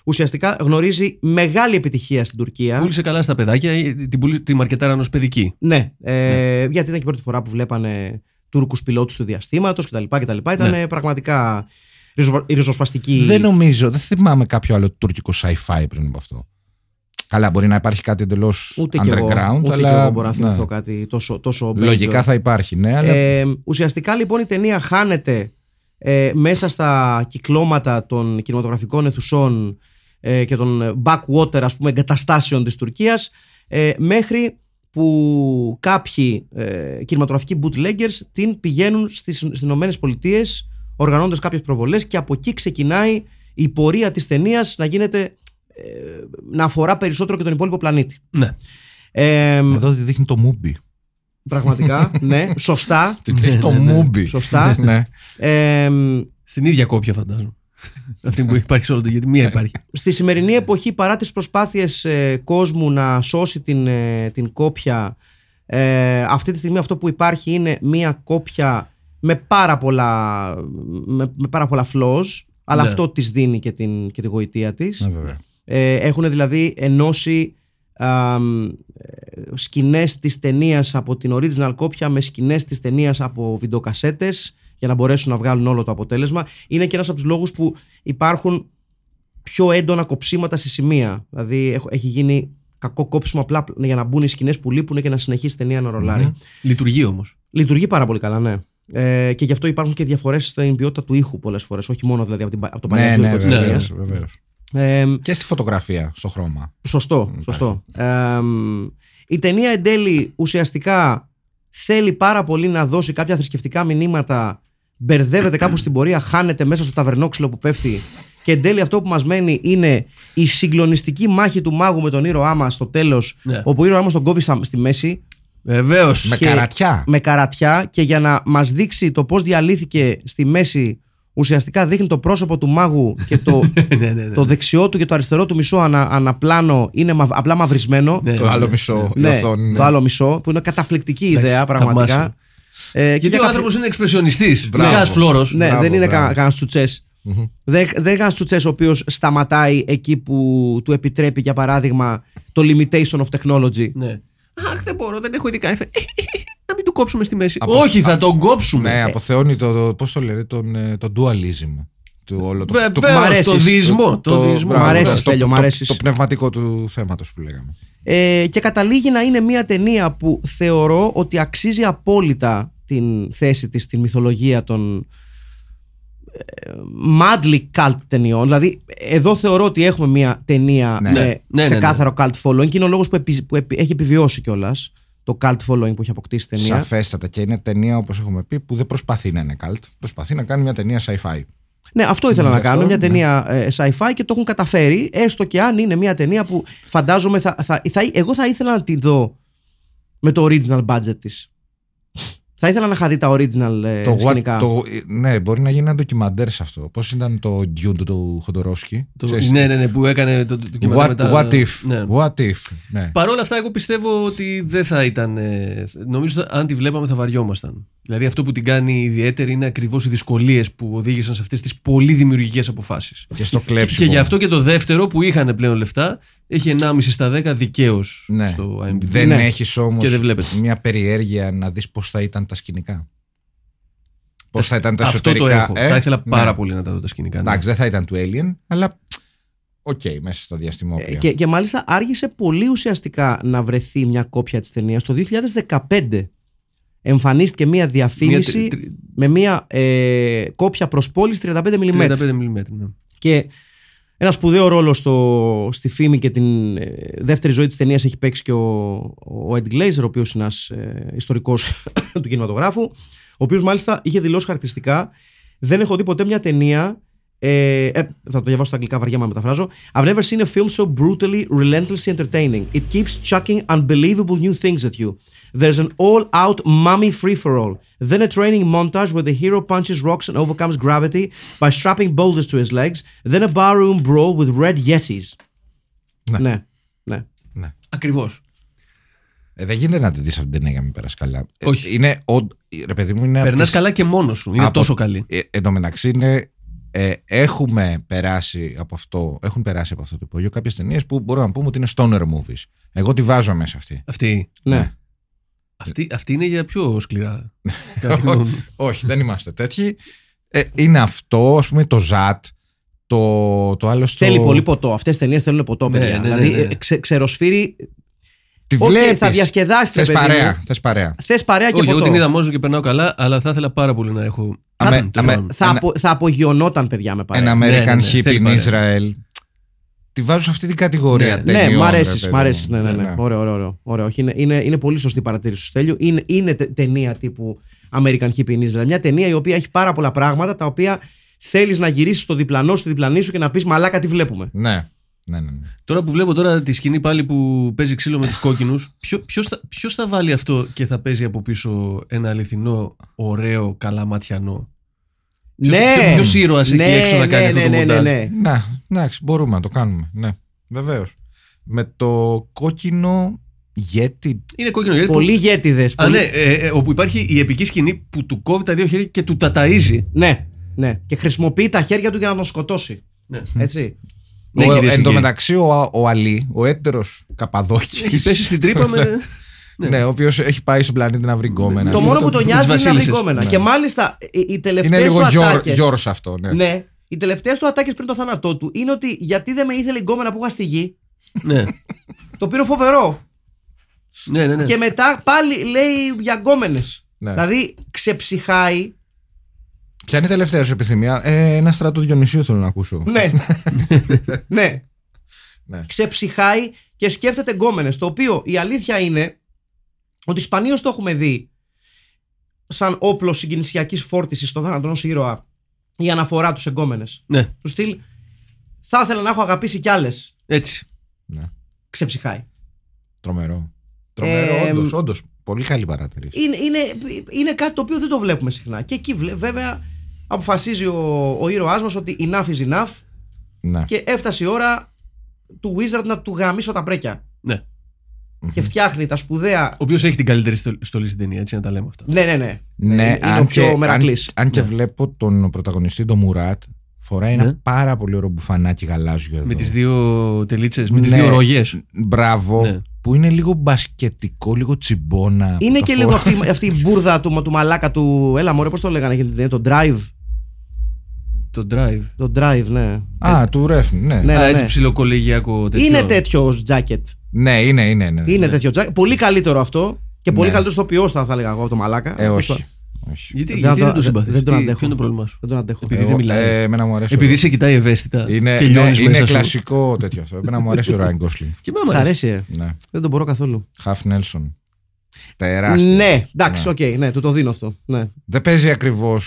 Speaker 3: Ουσιαστικά γνωρίζει μεγάλη επιτυχία στην Τουρκία.
Speaker 4: Πούλησε καλά στα παιδάκια, ε, την, πούλη, τη μαρκετάρα ενός παιδική.
Speaker 3: Ναι, ε, γιατί ήταν και η πρώτη φορά που βλέπανε Τούρκους πιλότους του διαστήματος κτλ. κτλ. Ήταν
Speaker 4: Ναι.
Speaker 3: πραγματικά ριζο, η ριζοσπαστική.
Speaker 5: Δεν νομίζω, δεν θυμάμαι κάποιο άλλο τουρκικό sci-fi πριν από αυτό. Καλά, μπορεί να υπάρχει κάτι εντελώς
Speaker 3: Ούτε και εγώ,
Speaker 5: underground,
Speaker 3: ούτε
Speaker 5: αλλά.
Speaker 3: και εγώ μπορώ να θυμηθώ
Speaker 5: ναι.
Speaker 3: κάτι τόσο, τόσο major.
Speaker 5: Λογικά θα υπάρχει, ναι, αλλά.
Speaker 3: Ε, ουσιαστικά λοιπόν η ταινία χάνεται ε, μέσα στα κυκλώματα των κινηματογραφικών αιθουσών ε, και των backwater ας πούμε εγκαταστάσεων της Τουρκίας ε, μέχρι που κάποιοι ε, κινηματογραφικοί bootleggers την πηγαίνουν στις, στις Ηνωμένες Πολιτείες οργανώνοντας κάποιες προβολές και από εκεί ξεκινάει η πορεία της ταινίας να γίνεται ε, να αφορά περισσότερο και τον υπόλοιπο πλανήτη.
Speaker 4: Ναι.
Speaker 3: Ε,
Speaker 5: Εδώ δείχνει
Speaker 3: (laughs)
Speaker 5: το μούμπι.
Speaker 3: πραγματικά, ναι, σωστά.
Speaker 5: Την έχει το
Speaker 4: ναι, ναι.
Speaker 5: μούμπι.
Speaker 3: Σωστά.
Speaker 5: ναι.
Speaker 3: Ε,
Speaker 4: Στην ίδια κόπια, φαντάζομαι. Αυτή που υπάρχει σε όλο το γιατί μία υπάρχει.
Speaker 3: στη σημερινή εποχή παρά τις προσπάθειες ε, κόσμου να σώσει την, ε, την κόπια ε, αυτή τη στιγμή αυτό που υπάρχει είναι μια κόπια με πάρα πολλά, με, με πάρα πολλά flaws αλλά
Speaker 4: Ναι.
Speaker 3: αυτό της δίνει και την, και τη γοητεία της.
Speaker 5: Ναι, βέβαια.
Speaker 3: Ε, έχουν δηλαδή ενώσει α, μ, ε, σκηνές της ταινίας από την original κόπια με σκηνές της ταινίας από βιντεοκασέτες για να μπορέσουν να βγάλουν όλο το αποτέλεσμα. Είναι και ένας από τους λόγους που υπάρχουν πιο έντονα κοψίματα σε σημεία. Δηλαδή έχ- έχει γίνει κακό κόψιμο απλά για να μπουν οι σκηνές που λείπουν και να συνεχίσει η ταινία να ρολάρει.
Speaker 5: Ναι.
Speaker 4: Λειτουργεί όμως.
Speaker 3: Λειτουργεί πάρα πολύ καλά, ναι. Ε, και γι' αυτό υπάρχουν και διαφορές στην ποιότητα του ήχου πολλές φορές, όχι μόνο δηλαδή από, την, πα- από το
Speaker 5: Ναι,
Speaker 3: παλιατζίδικο
Speaker 5: ναι,
Speaker 3: της
Speaker 5: βεβαίως.
Speaker 3: ταινίας. Ε,
Speaker 5: Και στη φωτογραφία, στο χρώμα.
Speaker 3: Σωστό, σωστό. Ε, μ, η ταινία εν τέλει ουσιαστικά θέλει πάρα πολύ να δώσει κάποια θρησκευτικά μηνύματα, μπερδεύεται κάπου στην πορεία, χάνεται μέσα στο ταβερνόξυλο που πέφτει και εν τέλει αυτό που μας μένει είναι η συγκλονιστική μάχη του μάγου με τον ήρωά μας στο τέλος,
Speaker 4: Ναι.
Speaker 3: όπου ο ήρωά μας τον κόβει στα- στη μέση
Speaker 4: Βεβαίως.
Speaker 5: Με
Speaker 3: Και-
Speaker 5: (laughs)
Speaker 3: Ναι,
Speaker 5: καρατιά.
Speaker 3: με καρατιά και για να μας δείξει το πώς διαλύθηκε στη μέση ουσιαστικά δείχνει το πρόσωπο του μάγου και το,
Speaker 4: ναι, ναι, ναι.
Speaker 3: το δεξιό του και το αριστερό του μισό ανα, αναπλάνο είναι μαυ- απλά μαυρισμένο
Speaker 4: Ναι,
Speaker 5: Το
Speaker 4: ναι,
Speaker 5: άλλο
Speaker 4: ναι.
Speaker 5: μισό, η
Speaker 3: ναι,
Speaker 5: οθόνη, ναι.
Speaker 3: το άλλο μισό, που είναι καταπληκτική
Speaker 4: Εντάξει,
Speaker 3: ιδέα
Speaker 4: θαυμάσιο.
Speaker 3: πραγματικά. Ε, και
Speaker 4: Γιατί ο
Speaker 3: κάποια-
Speaker 4: άνθρωπος είναι εξπρεσιονιστής.
Speaker 5: Μπράβο.
Speaker 4: Μεγάλο φλόρο.
Speaker 3: Ναι,
Speaker 5: Μπράβο,
Speaker 3: δεν είναι
Speaker 5: μπράβο.
Speaker 3: κα- κανένας τσουτσές. Δεν δεν είναι κανένας τσουτσές ο οποίος σταματάει εκεί που του επιτρέπει, για παράδειγμα, το limitation of technology.
Speaker 4: Ναι. Αχ, δεν μπορώ, δεν έχω ειδικά έφερα. (laughs) Να μην του κόψουμε στη μέση. Όχι, θα τον κόψουμε.
Speaker 3: Ε.
Speaker 5: Ναι, αποθεώνει το, πώς το λένε, τον, ε, τον dualism του όλο το, το,
Speaker 3: μ'
Speaker 4: Βεβαίω,
Speaker 3: αρέσεις.
Speaker 4: τον διεισμό.
Speaker 5: το-
Speaker 4: Τον διεισμό.
Speaker 5: μπράβο,
Speaker 3: Μ' αρέσεις,
Speaker 5: το-
Speaker 3: Τέλειο,
Speaker 5: το-
Speaker 3: μ'
Speaker 5: το-
Speaker 3: αρέσεις.
Speaker 5: Το, πνευματικό του θέματος που λέγαμε.
Speaker 3: Ε, και καταλήγει να είναι μια ταινία που θεωρώ ότι αξίζει απόλυτα την θέση της στην μυθολογία των ε, madly cult ταινιών. Δηλαδή, εδώ θεωρώ ότι έχουμε μια ταινία
Speaker 5: Ναι.
Speaker 3: με
Speaker 4: Ναι, ναι, ναι,
Speaker 3: ξεκάθαρο cult following και είναι ο λόγος που, επι- που επι- έχει επιβιώσει κιόλας το cult following που έχει αποκτήσει η ταινία.
Speaker 5: Σαφέστατα και είναι ταινία όπως έχουμε πει που δεν προσπαθεί να είναι cult, προσπαθεί να κάνει μια ταινία sci-fi.
Speaker 3: Ναι, αυτό ήθελα
Speaker 5: Ναι,
Speaker 3: να
Speaker 5: αυτό,
Speaker 3: κάνω. Μια
Speaker 5: ναι.
Speaker 3: ταινία ε, sci-fi και το έχουν καταφέρει, έστω και αν είναι μια ταινία που φαντάζομαι θα. θα, θα- εγώ θα ήθελα να τη δω με το original budget της. θα ήθελα να είχα δει τα original ε,
Speaker 5: Το what-
Speaker 3: σκηνικά.
Speaker 5: το- ε, ναι, μπορεί να γίνει ένα ντοκιμαντέρ σε αυτό. Πώς ήταν το Dune του Χοντορόφσκι.
Speaker 4: Το-
Speaker 5: ξέρεις,
Speaker 4: Ναι, ναι, ναι, που έκανε το το ντοκιμαντέρ
Speaker 5: What,
Speaker 4: μετά.
Speaker 5: what if.
Speaker 4: Ναι.
Speaker 5: What if. Ναι.
Speaker 4: Παρ' όλα αυτά, εγώ πιστεύω ότι δεν θα ήταν. ε, Νομίζω ότι αν τη βλέπαμε θα βαριόμασταν. Δηλαδή, αυτό που την κάνει ιδιαίτερη είναι ακριβώς οι δυσκολίες που οδήγησαν σε αυτές τις πολύ δημιουργικές αποφάσεις.
Speaker 5: Και στο
Speaker 4: Και,
Speaker 5: κλέψιμο.
Speaker 4: και γι' αυτό και το δεύτερο που είχαν πλέον λεφτά έχει 1,5 στα 10 δικαίως
Speaker 5: Ναι.
Speaker 4: στο IMDb.
Speaker 5: Δεν
Speaker 3: Ναι.
Speaker 5: έχεις όμως
Speaker 4: Και δεν βλέπετε.
Speaker 5: μια περιέργεια να δεις πώς θα ήταν τα σκηνικά. Πώς θα ήταν τα
Speaker 4: Αυτό το
Speaker 5: εσωτερικά.
Speaker 4: έχω.
Speaker 5: ε?
Speaker 4: Θα ήθελα
Speaker 5: Ναι.
Speaker 4: πάρα πολύ να τα δω τα σκηνικά. ναι.
Speaker 5: Εντάξει, δεν θα ήταν του Alien, αλλά οκ, μέσα στα διαστημόπλια.
Speaker 3: Ε, και, και μάλιστα άργησε πολύ ουσιαστικά να βρεθεί μια κόπια της ταινίας. Το 2015 εμφανίστηκε μια διαφήμιση
Speaker 4: Μια τρι- τρι-
Speaker 3: με μια ε, κόπια προσπόλης 35 mm.
Speaker 4: 35 mm. ναι.
Speaker 3: Και ένα σπουδαίο ρόλο στο, στη φήμη και την ε, δεύτερη ζωή της ταινίας έχει παίξει και ο, ο Ed Glazer, ο οποίος είναι ένας ε, ιστορικός (coughs) του κινηματογράφου, ο οποίος μάλιστα είχε δηλώσει χαρακτηριστικά «Δεν έχω δει ποτέ μια ταινία ε, ε, θα το διαβάσω στα αγγλικά, βαριά με μεταφράζω. I've never seen a film so brutally, relentlessly entertaining. It keeps chucking unbelievable new things at you. There's an all-out mummy free-for-all. Then a training montage where the hero punches rocks and overcomes gravity by strapping boulders to his legs. Then a barroom brawl with red yetis. Ναι. ναι.
Speaker 4: Ακριβώς.
Speaker 5: Ε, δεν γίνεται να τη δεις αυτή την ταινία για να μην περάσει καλά. Ε,
Speaker 4: Όχι.
Speaker 5: Είναι, ο, ρε παιδί μου, είναι απ'
Speaker 4: Περνάς
Speaker 5: τις-
Speaker 4: καλά και μόνος σου. Είναι
Speaker 5: από-
Speaker 4: τόσο καλή.
Speaker 5: Ε, εν τω μεταξύ είναι, ε, έχουμε περάσει από αυτό, έχουν περάσει από αυτό το υπόγειο κάποιες ταινίες που μπορούμε να πούμε ότι είναι stoner movies. Εγώ τη βάζω μέσα αυτή.
Speaker 4: Αυτή,
Speaker 3: ναι.
Speaker 4: αυτή, αυτή είναι για πιο
Speaker 5: (laughs)
Speaker 4: σκληρά. κατά τη γνώμη μου.
Speaker 5: Όχι, δεν είμαστε τέτοιοι. Ε, είναι αυτό, ας πούμε, το Ζατ, το, το άλλο στο...
Speaker 3: Θέλει πολύ ποτό. Αυτές τις ταινίες θέλουν ποτό,
Speaker 4: Ναι,
Speaker 3: παιδιά.
Speaker 4: ναι, ναι,
Speaker 3: δηλαδή,
Speaker 4: ναι.
Speaker 3: ε, ξε- ξεροσφύρει...
Speaker 5: Τη
Speaker 3: Οκ,
Speaker 5: βλέπεις.
Speaker 3: θα διασκεδάσεις, ρε
Speaker 5: Θες
Speaker 3: παιδί μου.
Speaker 5: παρέα, θες παρέα.
Speaker 3: Θες
Speaker 5: Ε,
Speaker 3: παρέα και
Speaker 4: Όχι, εγώ
Speaker 3: ποτό.
Speaker 4: την είδα μόνος και περνάω καλά, αλλά θα ήθελα πάρα πολύ να έχω.
Speaker 5: Αμέ-
Speaker 4: τέλος
Speaker 5: αμέ-
Speaker 4: πάντων.
Speaker 3: Θα,
Speaker 5: Ένα-
Speaker 3: απο, θα απογειωνόταν, παιδιά, με παρέα.
Speaker 5: Ένα
Speaker 4: ναι, ναι,
Speaker 5: American
Speaker 4: ναι,
Speaker 5: Hip
Speaker 4: θέλει
Speaker 5: in
Speaker 4: παρέα.
Speaker 5: Israel. Τη βάζω σε αυτή την κατηγορία
Speaker 4: Ναι,
Speaker 5: ταινιών,
Speaker 3: ναι, μ'
Speaker 5: ρε
Speaker 3: αρέσει.
Speaker 5: παιδί
Speaker 3: Μ' αρέσει.
Speaker 5: μου.
Speaker 3: Ναι, ναι, ναι. Ωραίο, ωραίο, ωραίο. ωραίο. Όχι, είναι, είναι, είναι πολύ σωστή η παρατήρηση του Στέλιου. Είναι, είναι τε- ταινία τύπου American Hip in Israel. Μια ταινία η οποία έχει πάρα πολλά πράγματα τα οποία θέλεις να γυρίσεις στο διπλανό, στη διπλανή σου και να πεις Μαλάκα τι βλέπουμε.
Speaker 5: Ναι, ναι, ναι. ναι.
Speaker 4: Τώρα που βλέπω τώρα τη σκηνή πάλι που παίζει ξύλο με τους κόκκινους, ποιο θα, ποιος θα βάλει αυτό και θα παίζει από πίσω ένα αληθινό, ωραίο, καλαματιανό. Ποιος-
Speaker 3: ναι!
Speaker 4: ποιος- ποιος ήρωας εκεί έξω
Speaker 5: ναι,
Speaker 4: να κάνει αυτό το μοντάζ? Ε,
Speaker 5: Να, Ναι, εντάξει, μπορούμε να το κάνουμε. Ναι, βεβαίως. Με το κόκκινο γέτη.
Speaker 4: Είναι κόκκινο γιατί.
Speaker 3: Πολλοί γέτιδες.
Speaker 4: Α, ναι, ε, ε, όπου υπάρχει η επική σκηνή που του κόβει τα δύο χέρια και του ταταίζει.
Speaker 3: ναι, ναι. Και χρησιμοποιεί τα χέρια του για να τον σκοτώσει.
Speaker 4: Ναι.
Speaker 3: Έτσι.
Speaker 4: Ναι,
Speaker 5: ο,
Speaker 4: κυρίες και
Speaker 5: εν τω
Speaker 4: κύριοι.
Speaker 5: μεταξύ, ο, ο Αλή, ο έτερος
Speaker 4: Έχει
Speaker 5: Καπαδόκη.
Speaker 4: πέσει στην τρύπα
Speaker 5: (laughs)
Speaker 4: με.
Speaker 5: ναι, ο οποίος έχει πάει στον πλανήτη να βρει γκόμενα.
Speaker 3: ναι. το μόνο
Speaker 4: το-
Speaker 3: που τον
Speaker 4: τις
Speaker 3: νοιάζει είναι να
Speaker 4: βασίλισσες.
Speaker 3: βρικόμενα.
Speaker 5: Ναι.
Speaker 3: Και μάλιστα οι- οι
Speaker 5: Είναι
Speaker 3: τελευταίε του
Speaker 5: λίγο γιορ,
Speaker 3: ατάκες-
Speaker 5: γιορς αυτό. Ναι.
Speaker 3: Ναι. Οι τελευταίες του ατάκες πριν το θάνατό του είναι ότι γιατί δεν με ήθελε η γκόμενα που είχα στη γη.
Speaker 4: ναι,
Speaker 3: Το οποίο είναι φοβερό.
Speaker 4: ναι, ναι. ναι.
Speaker 3: Και μετά πάλι λέει για γκόμενες.
Speaker 5: Ε. Ναι.
Speaker 3: Δηλαδή ξεψυχάει.
Speaker 5: Ποια είναι η τελευταία σου επιθυμία. Ε, ένα στρατό Διονυσίου θέλω να ακούσω. (laughs)
Speaker 3: Ναι. ναι.
Speaker 5: Ναι.
Speaker 3: Ξεψυχάει και σκέφτεται γκόμενες. Το οποίο η αλήθεια είναι ότι σπανίως το έχουμε δει σαν όπλο συγκινησιακής φόρτισης στον θάνατο ενός ήρωα η αναφορά τους σε γκόμενε.
Speaker 4: ναι,
Speaker 3: Του στυλ. Θα ήθελα να έχω αγαπήσει κι άλλες.
Speaker 4: έτσι.
Speaker 5: Ναι.
Speaker 3: Ξεψυχάει.
Speaker 5: Τρομερό. Τρομερό,
Speaker 3: Ε,
Speaker 5: όντως, όντως. Πολύ καλή παρατηρήση.
Speaker 3: είναι, είναι, είναι κάτι το οποίο δεν το βλέπουμε συχνά. Και εκεί βλέ- βέβαια αποφασίζει ο, ο ήρωάς μας ότι enough is enough
Speaker 5: Ναι.
Speaker 3: και έφτασε η ώρα του Wizard να του γαμίσω τα πρέκια.
Speaker 4: Ναι.
Speaker 3: και φτιάχνει τα σπουδαία.
Speaker 4: Ο οποίος έχει την καλύτερη στολ- στολή στην ταινία, έτσι να τα λέμε αυτά.
Speaker 3: Ναι, ναι, ναι.
Speaker 5: Ναι,
Speaker 3: είναι
Speaker 5: αν
Speaker 3: ο
Speaker 5: και,
Speaker 3: πιο
Speaker 5: αν,
Speaker 3: μερακλής.
Speaker 5: αν και βλέπω τον πρωταγωνιστή, τον Μουράτ, φοράει
Speaker 4: Ναι.
Speaker 5: ένα πάρα πολύ ωραίο μπουφανάκι γαλάζιο εδώ.
Speaker 4: Με τις δύο τελίτσες, με τις
Speaker 5: Ναι.
Speaker 4: δύο ρογέ.
Speaker 5: Μπράβο.
Speaker 4: Ναι.
Speaker 5: Που είναι λίγο μπασκετικό, λίγο τσιμπόνα.
Speaker 3: Είναι
Speaker 5: που το
Speaker 3: και λίγο
Speaker 5: φορά-
Speaker 3: αυτή, αυτή η μπουρδα του, του μαλάκα του. Έλα, μωρέ, πώς το λέγανε εκείνη την ταινία, το drive.
Speaker 4: Το drive.
Speaker 3: Το drive, ναι.
Speaker 5: Α, του ρεφν, ναι.
Speaker 3: Ναι.
Speaker 5: Ναι,
Speaker 4: Α, έτσι ψιλοκολεγιακό τέτοιο.
Speaker 3: Είναι τέτοιο ως τζάκετ.
Speaker 5: είναι, είναι. ναι.
Speaker 3: Είναι τέτοιο τζάκετ. Πολύ καλύτερο αυτό και πολύ
Speaker 5: Ναι.
Speaker 3: καλύτερο ηθοποιό, θα θα έλεγα εγώ από το μαλάκα.
Speaker 5: Ε, όχι.
Speaker 3: Δεν
Speaker 5: όχι.
Speaker 4: Γιατί,
Speaker 3: Δεν
Speaker 4: γιατί
Speaker 3: το-
Speaker 4: δεν το συμπαθείς.
Speaker 3: δεν το αντέχω.
Speaker 4: Ποιο είναι το πρόβλημά σου.
Speaker 3: τον αντέχω.
Speaker 4: Επειδή δεν
Speaker 5: Εγώ-
Speaker 4: μιλάει.
Speaker 5: Ε, εμένα μου αρέσει. ο-
Speaker 4: Επειδή σε κοιτάει ευαίσθητα
Speaker 5: είναι,
Speaker 4: και
Speaker 5: ναι,
Speaker 4: λιώνεις
Speaker 5: είναι
Speaker 4: μέσα σου.
Speaker 5: κλασικό τέτοιο αυτό. Εμένα μου αρέσει ο Ράιν Γκόσλινγκ.
Speaker 4: Και εμένα μου
Speaker 3: Σ'
Speaker 4: αρέσει.
Speaker 3: αρέσει, ε.
Speaker 5: Ναι.
Speaker 3: Δεν τον μπορώ καθόλου.
Speaker 5: Χαφ Νέλσον. Τεράστιο.
Speaker 3: Ναι, εντάξει,
Speaker 5: Ναι.
Speaker 3: οκ, ναι, του το δίνω αυτό. Ναι.
Speaker 5: Δεν παίζει ακριβώς.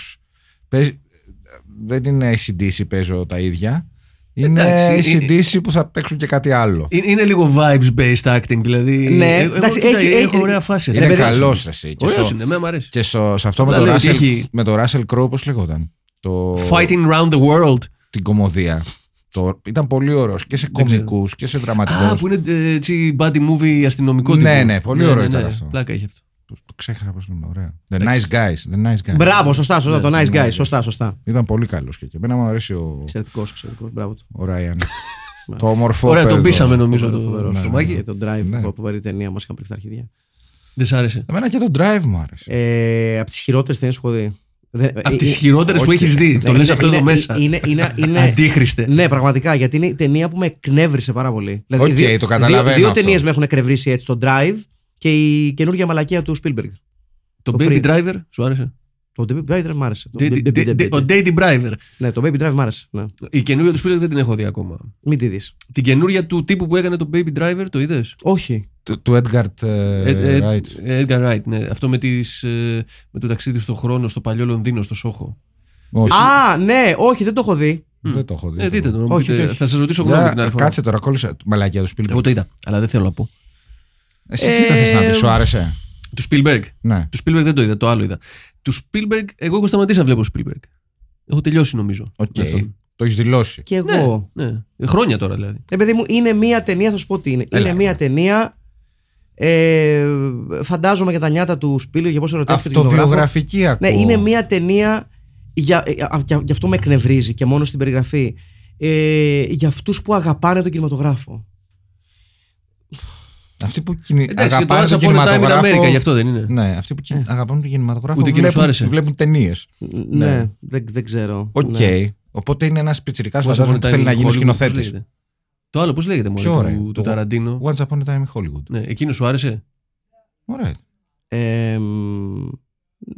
Speaker 5: Δεν είναι ACDC, παίζω τα ίδια. Είναι
Speaker 4: Εντάξει, είναι-
Speaker 5: ACDC που θα παίξουν και κάτι άλλο.
Speaker 4: Είναι, είναι λίγο vibes based acting, δηλαδή.
Speaker 3: Ναι,
Speaker 4: εγώ,
Speaker 3: εντάξει,
Speaker 4: κοίτα,
Speaker 3: έχει-
Speaker 4: έχω
Speaker 3: έχει-
Speaker 4: ωραία φάση.
Speaker 3: ρε
Speaker 5: Είναι
Speaker 3: παιδί,
Speaker 5: καλό εσύ. Και,
Speaker 4: Ωραίος
Speaker 5: στο,
Speaker 4: είναι, εμένα μου αρέσει.
Speaker 5: και στο- σε αυτό με
Speaker 4: Απλά
Speaker 5: τον
Speaker 4: λέω ότι
Speaker 5: Russell,
Speaker 4: έχει-
Speaker 5: με το Russell Crowe, πώς λεγόταν. Το,
Speaker 4: Fighting round the world.
Speaker 5: Την κομμωδία. Το, ήταν πολύ ωραίος και σε
Speaker 4: Δεν ξέρω.
Speaker 5: κομικούς και σε
Speaker 4: Α,
Speaker 5: δραματικούς.
Speaker 4: που είναι ε, έτσι body movie αστυνομικό τύπο.
Speaker 5: Ναι, ναι, πολύ ωραίο ήταν αυτό.
Speaker 4: Πλάκα έχει αυτό.
Speaker 5: Το ξέχασα πώς είναι ωραίο. The nice guys. The nice guys.
Speaker 3: Μπράβο, σωστά, σωστά.
Speaker 4: Ναι,
Speaker 3: το nice
Speaker 5: Ε. ναι.
Speaker 3: guy, σωστά, σωστά.
Speaker 5: Ήταν πολύ καλός και εκεί. Εμένα μου αρέσει ο,
Speaker 3: Εξαιρετικός, εξαιρετικός. Μπράβο του.
Speaker 5: ο Ryan.
Speaker 4: (laughs)
Speaker 5: το όμορφο.
Speaker 4: Ωραία, τον
Speaker 5: παιδός.
Speaker 4: πείσαμε νομίζω
Speaker 3: Φοβερό,
Speaker 4: το
Speaker 3: φοβερό.
Speaker 5: ναι, ναι.
Speaker 4: σωμάκι.
Speaker 3: Και τον drive,
Speaker 5: Ναι.
Speaker 3: που φοβερή ταινία μας είχαν παίξει τα αρχιδιά.
Speaker 4: Δεν σ' άρεσε.
Speaker 5: Εμένα και το drive μου άρεσε.
Speaker 3: Ε, από τις χειρότερες ταινίες που έχω δει. Ε,
Speaker 4: Από τι χειρότερες που
Speaker 5: όχι.
Speaker 4: έχεις δει. Το λε αυτό εδώ μέσα.
Speaker 3: Είναι, είναι, είναι,
Speaker 4: Αντίχρηστε.
Speaker 3: Ναι, πραγματικά. Γιατί είναι η ταινία που με εκνεύρισε πάρα πολύ.
Speaker 5: Οκ,
Speaker 3: δύ-
Speaker 5: το καταλαβαίνω
Speaker 3: Δύο, δύο
Speaker 5: αυτό.
Speaker 3: ταινίες με έχουν εκνευρίσει έτσι. Το Drive και η καινούργια μαλακία του Spielberg.
Speaker 4: Το
Speaker 3: το
Speaker 4: Baby
Speaker 3: free.
Speaker 4: Driver σου άρεσε.
Speaker 3: Το Baby Driver μ' άρεσε. Το
Speaker 4: Date-
Speaker 3: Baby-
Speaker 4: Date-
Speaker 3: Baby-
Speaker 4: Date- Ο
Speaker 3: Baby-
Speaker 4: Daily Driver.
Speaker 3: Ναι, το Baby Drive μ' άρεσε. ναι.
Speaker 4: Η καινούργια του Spielberg δεν την έχω δει ακόμα.
Speaker 3: Μην τη δεις.
Speaker 4: Την καινούργια του τύπου που έκανε το Baby Driver, το είδες.
Speaker 3: Όχι.
Speaker 5: Του- Του Edgar ε, Wright.
Speaker 4: Edgar Wright, ναι. Αυτό με, τις, ε, με το ταξίδι στον χρόνο, στο παλιό Λονδίνο, στο Σόχο.
Speaker 5: Όχι,
Speaker 3: Α, ναι, όχι, δεν το έχω δει.
Speaker 5: δεν το έχω δει.
Speaker 4: Ε, δείτε το. να μου
Speaker 3: Όχι,
Speaker 4: πείτε.
Speaker 3: όχι, όχι.
Speaker 4: Θα σας ρωτήσω
Speaker 5: Για-
Speaker 4: γνώμη την άλλη φορά.
Speaker 5: Κάτσε τώρα, κόλλησα τη μαλακία του Spielberg.
Speaker 4: Εγώ το είδα, αλλά δεν θέλω να πω. Ε,
Speaker 5: Εσύ τι θα θες να πεις, σου άρεσε.
Speaker 4: Του Spielberg.
Speaker 5: Ναι.
Speaker 4: Του Spielberg δεν το είδα, το άλλο είδα. Του Spielberg, εγώ έχω σταματήσει να βλέπω Spielberg. Έχω τελειώσει νομίζω.
Speaker 5: Οκ.
Speaker 4: με αυτόν.
Speaker 5: Το έχεις δηλώσει.
Speaker 3: Και
Speaker 4: Ναι,
Speaker 3: εγώ.
Speaker 4: ναι. Ε, Χρόνια τώρα δηλαδή.
Speaker 3: Ε, παιδί μου, είναι μία ταινία, θα σου πω τι είναι.
Speaker 5: Έλα,
Speaker 3: είναι μία
Speaker 5: ρε.
Speaker 3: ταινία. Ε, φαντάζομαι για τα νιάτα του Σπίλου για πώ ερωτεύτηκε τον κινηματογράφο.
Speaker 5: Αυτοβιογραφική
Speaker 3: Ναι,
Speaker 5: ακούω.
Speaker 3: είναι μία ταινία. Για, ε, α, για- γι' αυτό με εκνευρίζει και μόνο στην περιγραφή. Ε, για αυτούς που αγαπάνε τον κινηματογράφο.
Speaker 5: Αυτοί που κινη...
Speaker 4: Εντάξει, και το
Speaker 5: αγαπάνε
Speaker 4: Once Upon a
Speaker 5: τον
Speaker 4: Time in
Speaker 5: κινηματογράφο.
Speaker 4: America, γι' αυτό δεν είναι.
Speaker 5: Ναι, αυτοί που κινη... αγαπάνε τον κινηματογράφο
Speaker 4: Ούτε εκείνος σου
Speaker 5: βλέπουν,
Speaker 4: άρεσε.
Speaker 5: βλέπουν ταινίες.
Speaker 3: Ναι,
Speaker 5: Ναι.
Speaker 3: δεν, δεν ξέρω.
Speaker 5: Οκ.
Speaker 3: Ναι.
Speaker 5: Οπότε είναι ένας πιτσυρικά
Speaker 4: Once
Speaker 5: φαντάζομαι
Speaker 4: Upon a
Speaker 5: που
Speaker 4: Time
Speaker 5: θέλει
Speaker 4: in
Speaker 5: να γίνει
Speaker 4: Hollywood, πώς
Speaker 5: σκηνοθέτης.
Speaker 4: λέγεται. Το άλλο, πώς λέγεται
Speaker 5: Ποιο
Speaker 4: μόνο
Speaker 5: ωραίο,
Speaker 4: του, του
Speaker 5: το-
Speaker 4: Ταραντίνο.
Speaker 5: Once Upon a Time in Hollywood.
Speaker 4: Ναι, εκείνος σου άρεσε. Ναι.
Speaker 5: Ωραία.
Speaker 3: Ε, μ,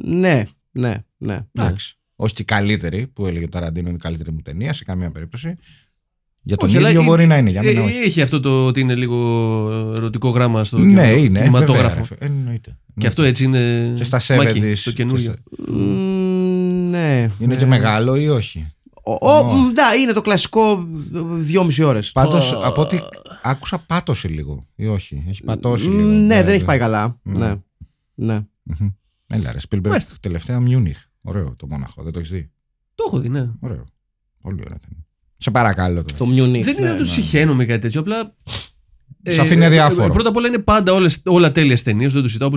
Speaker 3: ναι, ναι, ναι.
Speaker 5: Εντάξει. Όχι και η καλύτερη που έλεγε ο Ταραντίνο είναι η καλύτερη μου ταινία σε καμία περίπτωση. Για τον
Speaker 4: Όχι, αλλά
Speaker 5: ίδιο
Speaker 4: είναι-
Speaker 5: μπορεί να είναι. Για
Speaker 4: Ε,
Speaker 5: μένα όχι.
Speaker 4: Έχει αυτό το ότι είναι λίγο ερωτικό γραμμα στο
Speaker 5: Ναι,
Speaker 4: κινηματο-
Speaker 5: είναι. ε,
Speaker 4: κινηματόγραφο.
Speaker 5: βέβαια, ρε, Εννοείται.
Speaker 4: Και αυτό έτσι είναι.
Speaker 5: Και στα
Speaker 4: μάκι,
Speaker 5: 70s.
Speaker 4: Το καινούριο.
Speaker 5: και στα-
Speaker 3: Μ, ναι.
Speaker 5: Είναι και
Speaker 3: Ε,
Speaker 5: μεγάλο ή όχι.
Speaker 3: Ο, ο,
Speaker 5: Ω.
Speaker 3: μ, ναι, είναι το κλασικό ε, δυόμιση ώρες.
Speaker 5: Πάντως
Speaker 4: Α.
Speaker 5: από ό,τι άκουσα, πάτωσε λίγο ή όχι. Έχει πατώσει
Speaker 3: Μ,
Speaker 5: λίγο.
Speaker 3: Ναι, δεν έχει πάει καλά.
Speaker 5: Ναι.
Speaker 3: Ναι. ναι.
Speaker 5: Μμμ. Έλα, ρε Spielberg,
Speaker 4: Μάλιστα.
Speaker 5: τελευταία Μιούνιχ. Ωραίο το Μόναχο, δεν το έχεις δει.
Speaker 4: Το έχω δει, ναι.
Speaker 5: Ωραίο. Πολύ ωραία ταινία. Σε παρακαλώ τώρα.
Speaker 3: Το Munich.
Speaker 4: Δεν είναι να
Speaker 3: ναι.
Speaker 4: του συχαίνω με κάτι τέτοιο. Απλά.
Speaker 5: Σ' αφήνει αδιάφορο.
Speaker 4: ε, Πρώτα απ' όλα είναι πάντα όλες, όλα τέλειε ταινίες. Δεν τους ζητάω. Όπως